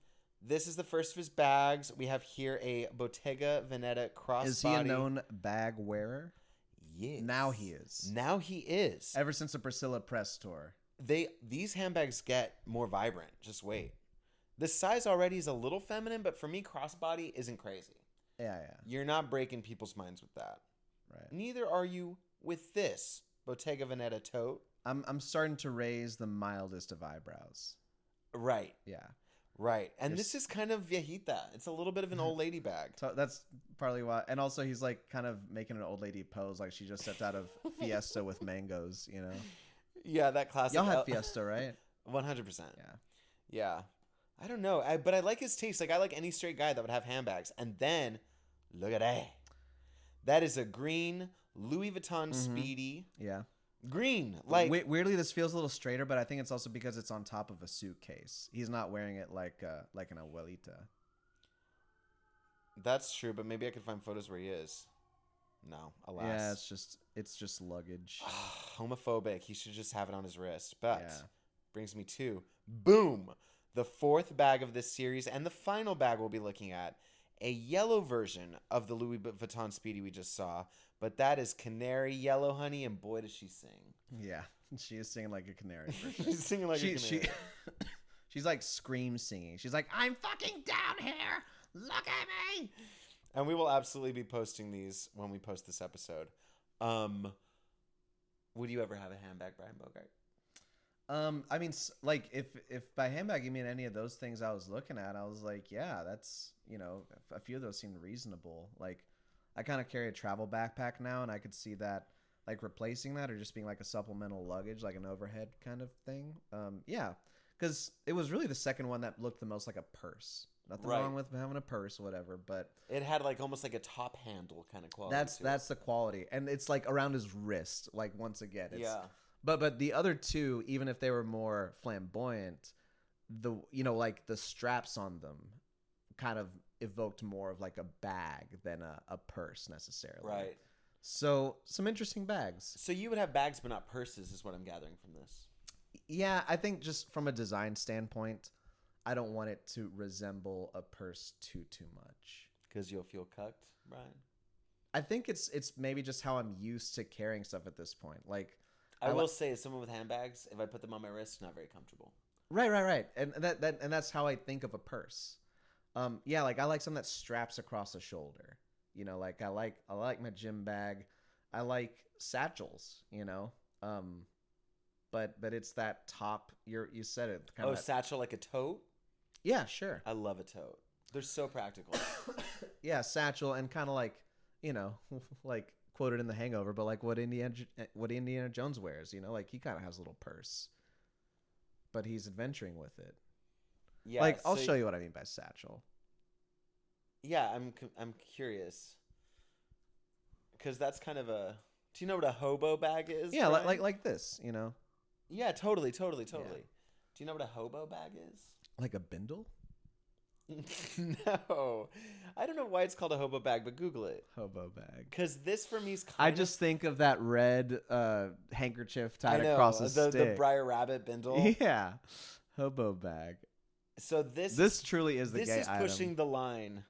S2: This is the first of his bags. We have here a Bottega Veneta crossbody.
S1: Is he a known bag wearer?
S2: Yes.
S1: Now he is.
S2: Now he is.
S1: Ever since the Priscilla press tour.
S2: They these handbags get more vibrant. Just wait. This size already is a little feminine, but for me, crossbody isn't crazy.
S1: Yeah, yeah,
S2: You're not breaking people's minds with that.
S1: right.
S2: Neither are you with this Bottega Veneta tote.
S1: I'm I'm starting to raise the mildest of eyebrows.
S2: Right.
S1: Yeah,
S2: Right. And
S1: You're
S2: this is kind of viejita. It's a little bit of an
S1: Mm-hmm.
S2: old lady bag.
S1: so that's partly why. And also, he's like kind of making an old lady pose, like she just stepped out of Fiesta with mangoes. You know,
S2: Yeah, that classic.
S1: y'all
S2: L-
S1: had Fiesta, right?
S2: 100%. Yeah.
S1: Yeah.
S2: I don't know. I, but I like his taste. Like, I like any straight guy that would have handbags. And then, look at that. That is a green Louis Vuitton
S1: Mhm.
S2: Speedy.
S1: Yeah.
S2: Green.
S1: Like
S2: Like,
S1: weirdly, this feels a little straighter, but I think it's also because it's on top of a suitcase. He's not wearing it like uh, like an abuelita.
S2: that's true, but maybe I could find photos where he is. No, alas.
S1: Yeah, it's just it's just luggage.
S2: Ah, homophobic. He should just have it on his wrist. But
S1: Yeah.
S2: brings me to boom, the fourth bag of this series and the final bag we'll be looking at a yellow version of the Louis Vuitton Speedy we just saw. But that is canary yellow, honey, and boy does she sing!
S1: Yeah, she is singing like a canary. For sure.
S2: She's singing like
S1: she,
S2: a
S1: she
S2: canary.
S1: she's like scream singing. She's like, "I'm fucking down here. Look at me."
S2: and we will absolutely be posting these when we post this episode. Um, would you ever have a handbag, Brian Bogart?
S1: Um, I mean, s- like if if by handbag you mean any of those things I was looking at, I was like, yeah, that's you know, a few of those seemed reasonable. Like, I kind of carry a travel backpack now, and I could see that like replacing that or just being like a supplemental luggage, like an overhead kind of thing. Um, yeah, because it was really the second one that looked the most like a purse. Nothing wrong
S2: Right.
S1: with having a purse, or whatever, but
S2: It had like almost like a top handle kind of quality.
S1: that's
S2: to it.
S1: that's the quality, and it's like around his wrist. Like once again, it's,
S2: yeah.
S1: but but the other two, even if they were more flamboyant, the you know like the straps on them kind of evoked more of like a bag than a, a purse necessarily.
S2: Right.
S1: So some interesting bags.
S2: So you would have bags, but not purses, is what I'm gathering from this.
S1: Yeah, I think just from a design standpoint, I don't want it to resemble a purse too too much.
S2: Because you'll feel cucked, Brian.
S1: I think it's it's maybe just how I'm used to carrying stuff at this point. Like
S2: I,
S1: I
S2: will
S1: li-
S2: say, as someone with handbags, if I put them on my wrist, not very comfortable.
S1: Right, right, right. And that, that and that's how I think of a purse. Um, yeah, like I like something that straps across the shoulder. You know, like I like I like my gym bag. I like satchels, you know. Um but but it's that top. You're you said it. Kind
S2: Oh,
S1: of that-
S2: satchel like a tote.
S1: yeah, sure.
S2: I love a tote. They're so practical.
S1: Yeah, satchel and kind of like you know like quoted in The Hangover, but like what Indiana J- what Indiana Jones wears. You know, like he kind of has a little purse, but he's adventuring with it.
S2: Yeah,
S1: like I'll
S2: so-
S1: show you what I mean by satchel.
S2: Yeah, I'm cu- I'm curious because that's kind of a. Do you know what a hobo bag is?
S1: Yeah, like,
S2: Brian?
S1: like like this. You know,
S2: yeah, totally, totally,
S1: Yeah.
S2: totally. Do you know what a hobo bag is?
S1: like a bindle
S2: no, I don't know why it's called a hobo bag, but Google it.
S1: hobo bag.
S2: Because this for me is kind
S1: I
S2: of-
S1: just think of that red uh, handkerchief
S2: I
S1: tied
S2: know, uh,
S1: across a
S2: the
S1: stick.
S2: the Briar Rabbit bindle.
S1: Yeah, hobo bag.
S2: So this
S1: This truly is the
S2: this
S1: gay
S2: is
S1: item.
S2: pushing the line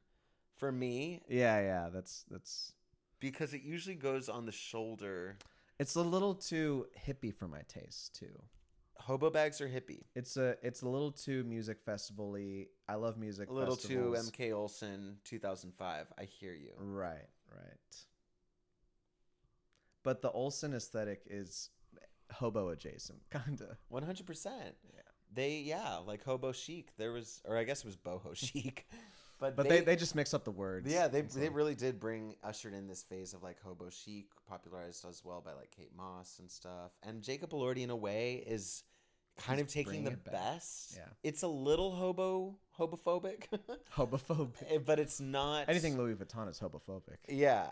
S2: for me
S1: Yeah, yeah, that's that's.
S2: because it usually goes on the shoulder.
S1: It's a little too hippie for my taste too.
S2: Hobo bags are hippie.
S1: It's a it's a little too music festival-y. I love music.
S2: A little too
S1: festivals.
S2: MK Olson, 2005. I hear you.
S1: Right, right. But the Olsen aesthetic is hobo adjacent, kinda.
S2: 100%.
S1: Yeah.
S2: They, yeah, like hobo chic. There was, or I guess it was boho chic. But,
S1: But they, they, just mix up the words.
S2: yeah, they,
S1: It's
S2: they
S1: like-
S2: really did bring, ushered in this phase of like hobo chic, popularized as well by like Kate Moss and stuff. And Jacob Elordi, in a way, is kind
S1: He's
S2: of taking
S1: bringing
S2: the
S1: it back.
S2: best.
S1: Yeah.
S2: It's a little hobo, hobophobic, eh,
S1: hobophobic.
S2: but it's not.
S1: Anything Louis Vuitton is hobophobic.
S2: Yeah.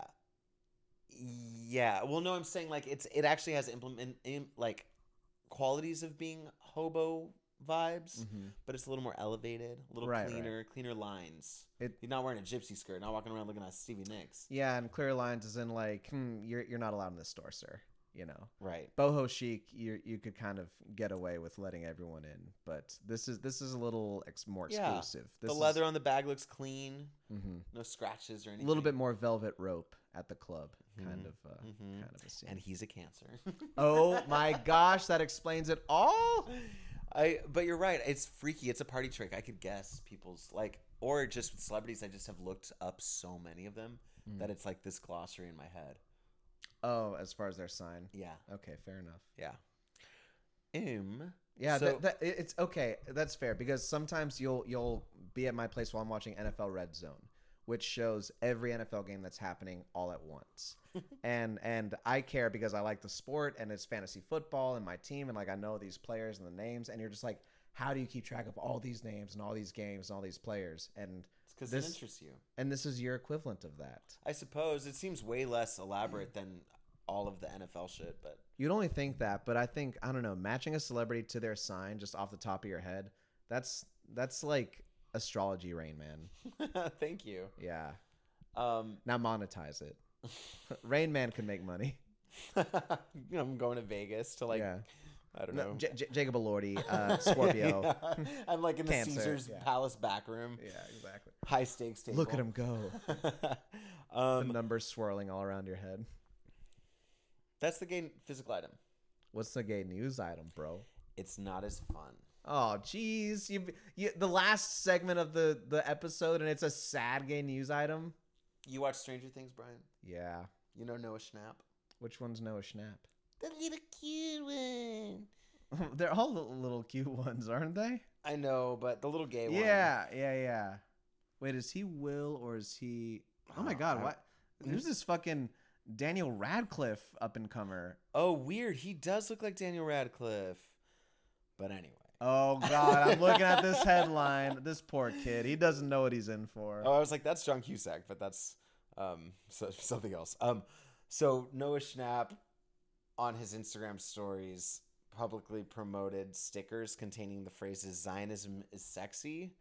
S2: Yeah. Well, no, I'm saying like it's it actually has implement im, like qualities of being hobo vibes,
S1: Mhm.
S2: but it's a little more elevated, a little
S1: Right, right.
S2: cleaner, cleaner lines.
S1: It-
S2: You're not wearing a gypsy skirt, not walking around looking like Stevie Nicks.
S1: Yeah, and clear lines is in like, hmm, you're you're not allowed in this store, sir. You know.
S2: Right.
S1: boho chic you you could kind of get away with letting everyone in but this is this is a little ex- more
S2: Yeah,
S1: exclusive this
S2: the leather on the bag looks clean,
S1: is mhm.
S2: no scratches or
S1: a
S2: anything.
S1: little bit more velvet rope at the club kind
S2: Mhm,
S1: of uh,
S2: mhm.
S1: kind of a scene
S2: And he's a cancer.
S1: oh my gosh that explains it all
S2: I but you're right. It's freaky. It's a party trick. I could guess people's like or just with celebrities. I just have looked up so many of them
S1: Mm.
S2: that it's like this glossary in my head.
S1: oh as far as their sign
S2: Yeah,
S1: okay fair enough
S2: yeah. Um.
S1: yeah
S2: So-
S1: that, that, it- it's okay that's fair because sometimes you'll you'll be at my place while i'm watching nfl red zone which shows every nfl game that's happening all at once and and I care because I like the sport and it's fantasy football and my team and like I know these players and the names and you're just like how do you keep track of all these names and all these games and all these players and
S2: It's because it
S1: This-
S2: interests you.
S1: and this is your equivalent of that.
S2: I suppose it seems way less elaborate than all of the NFL shit, but
S1: You'd only think that, but I think I don't know, matching a celebrity to their sign just off the top of your head, that's that's like astrology rain man.
S2: thank you.
S1: Yeah.
S2: Um,
S1: Now monetize it. rain man could make money.
S2: I'm going to Vegas to like
S1: yeah.
S2: I don't
S1: No,
S2: know.
S1: J- J- Jacob Elordi, uh, Scorpio.
S2: Yeah. I'm like in the
S1: Cancer,
S2: Caesar's
S1: yeah.
S2: Palace back room,
S1: yeah, exactly.
S2: high stakes table.
S1: Look at him go. the
S2: um,
S1: numbers swirling all around your head.
S2: that's the gay physical item.
S1: What's the gay news item, bro?
S2: It's not as fun.
S1: Oh, jeez, you, you the last segment of the the episode, and it's a sad gay news item.
S2: You watch Stranger Things, Brian?
S1: Yeah,
S2: You know Noah Schnapp?
S1: which one's Noah Schnapp?
S2: The little cute one.
S1: They're all the little cute ones, aren't they?
S2: I know, but the little gay one.
S1: Yeah, yeah, yeah. Wait, is he Will or is he? Oh my
S2: Uh,
S1: God,
S2: I-
S1: what? Who's this fucking Daniel Radcliffe up and comer?
S2: Oh, weird. He does look like Daniel Radcliffe. But anyway.
S1: Oh God, I'm looking at this headline. This poor kid, he doesn't know what he's in for.
S2: Oh, I was like, that's John Cusack, but that's um so, something else. Um, so Noah Schnapp on his Instagram stories publicly promoted stickers containing the phrases Zionism is sexy,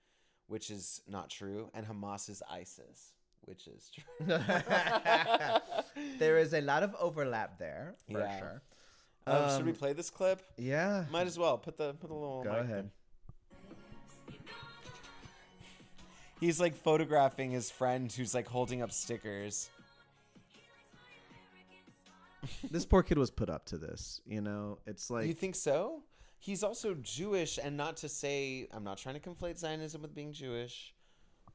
S2: which is not true, and Hamas is ISIS, which is true.
S1: There is a lot of overlap there, for
S2: Yeah.
S1: sure.
S2: um, should we
S1: um,
S2: play this clip?
S1: Yeah.
S2: Might as well put the put the little.
S1: Go
S2: mic
S1: ahead.
S2: there. He's like photographing his friend who's like holding up stickers.
S1: This poor kid was put up to this. You know, it's like
S2: you think so? He's also Jewish, and not to say I'm not trying to conflate Zionism with being Jewish,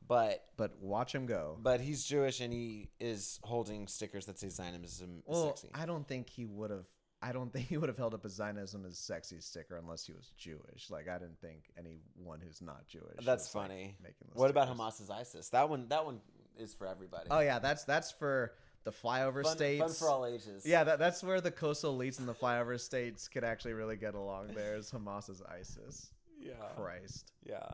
S2: but
S1: but watch him go.
S2: but he's Jewish and he is holding stickers that say Zionism is
S1: well,
S2: sexy.
S1: I don't think he would have. I don't think he would have held up a Zionism as sexy sticker unless he was Jewish. Like I didn't think anyone who's not Jewish.
S2: That's
S1: was, like,
S2: funny.
S1: making the
S2: what about
S1: stickers.
S2: Hamas's ISIS? That one. That one is for everybody.
S1: Oh yeah, that's that's for the flyover
S2: fun,
S1: states.
S2: fun for all ages.
S1: Yeah, that, that's where the coastal elites and the flyover states could actually really get along. There is Hamas's ISIS.
S2: Yeah.
S1: Christ,
S2: Yeah.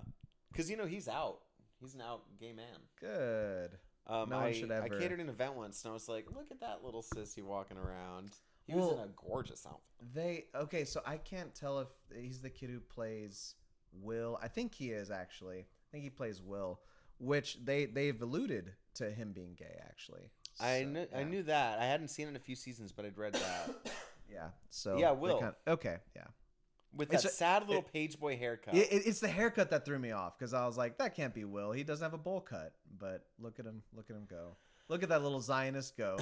S2: Because you know he's out. He's an out gay man.
S1: good.
S2: Um,
S1: No one
S2: I,
S1: should
S2: I
S1: ever-
S2: catered an event once, and I was like, "Look at that little sissy walking around." He was in
S1: Well-
S2: a gorgeous outfit.
S1: They okay, so I can't tell if he's the kid who plays Will. I think he is actually. I think he plays Will, which they they've alluded to him being gay actually.
S2: I
S1: So,
S2: knew, I
S1: yeah.
S2: knew that. I hadn't seen it in a few seasons, but I'd read that
S1: Yeah. So
S2: Yeah,
S1: they
S2: Will.
S1: kind of- okay. Yeah.
S2: with
S1: It's
S2: that
S1: a-
S2: sad little page boy haircut.
S1: It, it- it's the haircut that threw me off because I was like, that can't be Will. He doesn't have a bowl cut. But look at him. Look at him go. Look at that little Zionist go.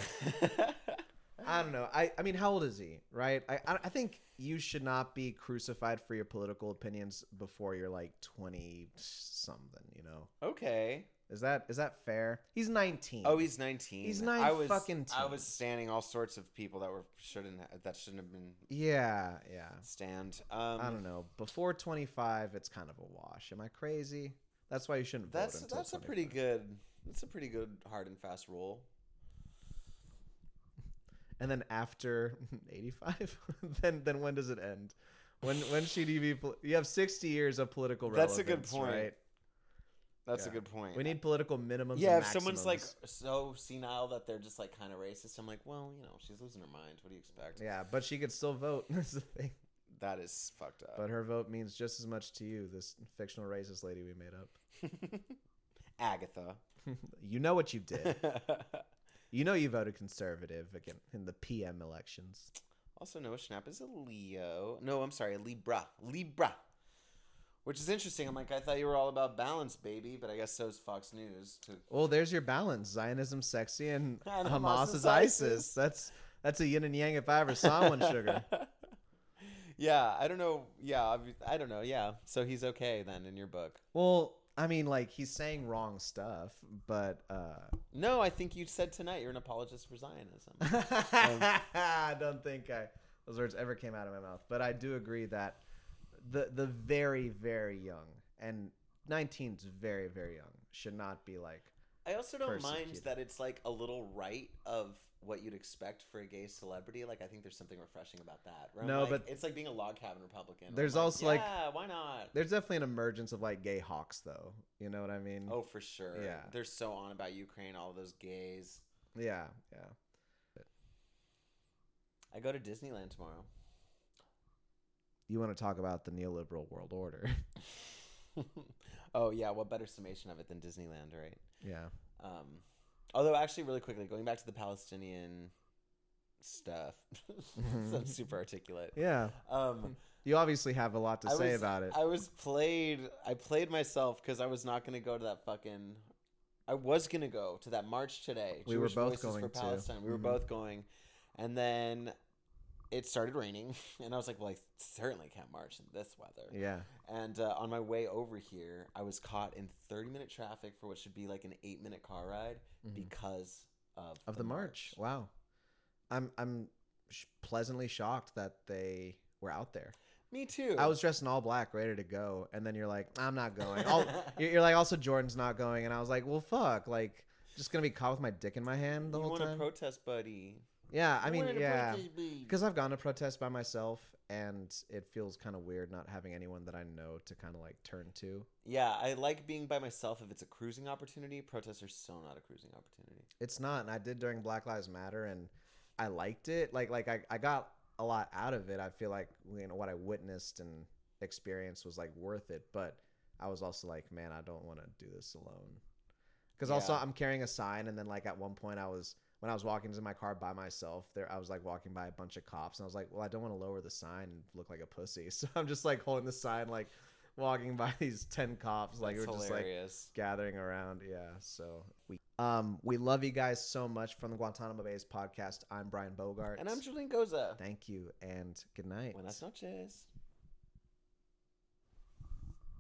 S1: I don't know. I, I mean, how old is he? Right. I, I I think you should not be crucified for your political opinions before you're like twenty something. You know.
S2: okay.
S1: Is that is that fair? He's nineteen.
S2: Oh, he's nineteen.
S1: He's nine
S2: I was,
S1: fucking
S2: I
S1: ten.
S2: was standing all sorts of people that were shouldn't ha- that shouldn't have been
S1: Yeah. Yeah.
S2: stand. Um,
S1: I don't know. Before twenty five, it's kind of a wash. Am I crazy? That's why you shouldn't vote.
S2: That's
S1: until
S2: that's a pretty
S1: 25.
S2: good. That's a pretty good hard and fast rule.
S1: And then after 85, then then when does it end? When when should you be? pol- You have 60 years of political relevance.
S2: That's a good point.
S1: Right?
S2: That's a
S1: Yeah.
S2: good point.
S1: We need political minimums. and
S2: Yeah, if someone's like
S1: maximums.
S2: so senile that they're just like kind of racist, I'm like, well, you know, she's losing her mind. What do you expect?
S1: yeah, but she could still vote. That's the thing.
S2: That is fucked up.
S1: But her vote means just as much to you, this fictional racist lady we made up.
S2: Agatha.
S1: You know what you did. you know you voted conservative again in the PM elections.
S2: also, Noah Schnapp is a Leo. No, I'm sorry, a Libra. Libra. Which is interesting. I'm like, I thought you were all about balance, baby, but I guess so is Fox News. too.
S1: Well, there's your balance: Zionism, sexy, and,
S2: And
S1: Hamas, is ISIS. That's that's a yin and yang if I ever saw one. Sugar.
S2: yeah, I don't know. Yeah, obvi- I don't know. Yeah, so he's okay then in your book.
S1: Well, I mean, like he's saying wrong stuff, but uh,
S2: No, I think you said tonight you're an apologist for Zionism.
S1: I don't think I those words ever came out of my mouth. But I do agree that the the very very young and 19's very very young should not be like
S2: I also don't mind
S1: persecuted.
S2: that it's like a little right of what you'd expect for a gay celebrity. Like I think there's something refreshing about that. where I'm
S1: No,
S2: like-
S1: but-
S2: it's like being a log cabin Republican.
S1: There's
S2: I'm
S1: also, like-
S2: yeah, why not?
S1: there's definitely an emergence of like gay hawks though. You know what I mean?
S2: Oh, for sure.
S1: Yeah.
S2: they're so on about Ukraine. All those gays.
S1: Yeah, yeah.
S2: I go to Disneyland tomorrow.
S1: You want to talk about the neoliberal world order.
S2: oh yeah, what better summation of it than Disneyland, right?
S1: yeah.
S2: Um, although, actually, really quickly, going back to the Palestinian stuff, I'm super articulate.
S1: Yeah.
S2: Um,
S1: You obviously have a lot to
S2: I
S1: say
S2: was-
S1: about it.
S2: I was played. I played myself because I was not going to go to that fucking. I was going to go to that march today.
S1: We were
S2: Jewish
S1: both
S2: Voices for
S1: going to.
S2: Palestine. We were
S1: Mhm.
S2: both going, and then it started raining, and I was like, "Well, I certainly can't march in this weather."
S1: yeah.
S2: And uh, on my way over here, I was caught in 30 minute traffic for what should be like an eight minute car ride
S1: Mhm.
S2: because of
S1: of the, march. Wow, I'm I'm sh- pleasantly shocked that they were out there.
S2: Me too.
S1: I was dressed in all black, ready to go, and then you're like, I'm not going. All, you're you're like, also Jordan's not going, and I was like, well, fuck, like just gonna be caught with my dick in my hand the
S2: you
S1: whole
S2: want to
S1: time.
S2: protest, buddy?
S1: yeah, I
S2: You
S1: mean,
S2: wanted to
S1: yeah,
S2: protest, buddy.
S1: because I've gone to protest by myself, and it feels kind of weird not having anyone that I know to kind of like turn to.
S2: Yeah, I like being by myself if it's a cruising opportunity. Protests are so not a cruising opportunity.
S1: It's not, and I did during Black Lives Matter, and I liked it. Like, like I, I got a lot out of it. I feel like you know what I witnessed and experienced was like worth it. But I was also like, man, I don't want to do this alone. Because also,
S2: Yeah.
S1: I'm carrying a sign, and then like at one point, I was when I was walking to my car by myself. There, I was like walking by a bunch of cops, and I was like, well, I don't want to lower the sign and look like a pussy. So I'm just like holding the sign, like walking by these ten cops, like
S2: It's
S1: we're just like
S2: hilarious.
S1: gathering around. Yeah. So we um we love you guys so much from the Guantanamo Bay's podcast. I'm Brian Bogart.
S2: and I'm Julian Goza.
S1: Thank you and good night.
S2: Buenas noches.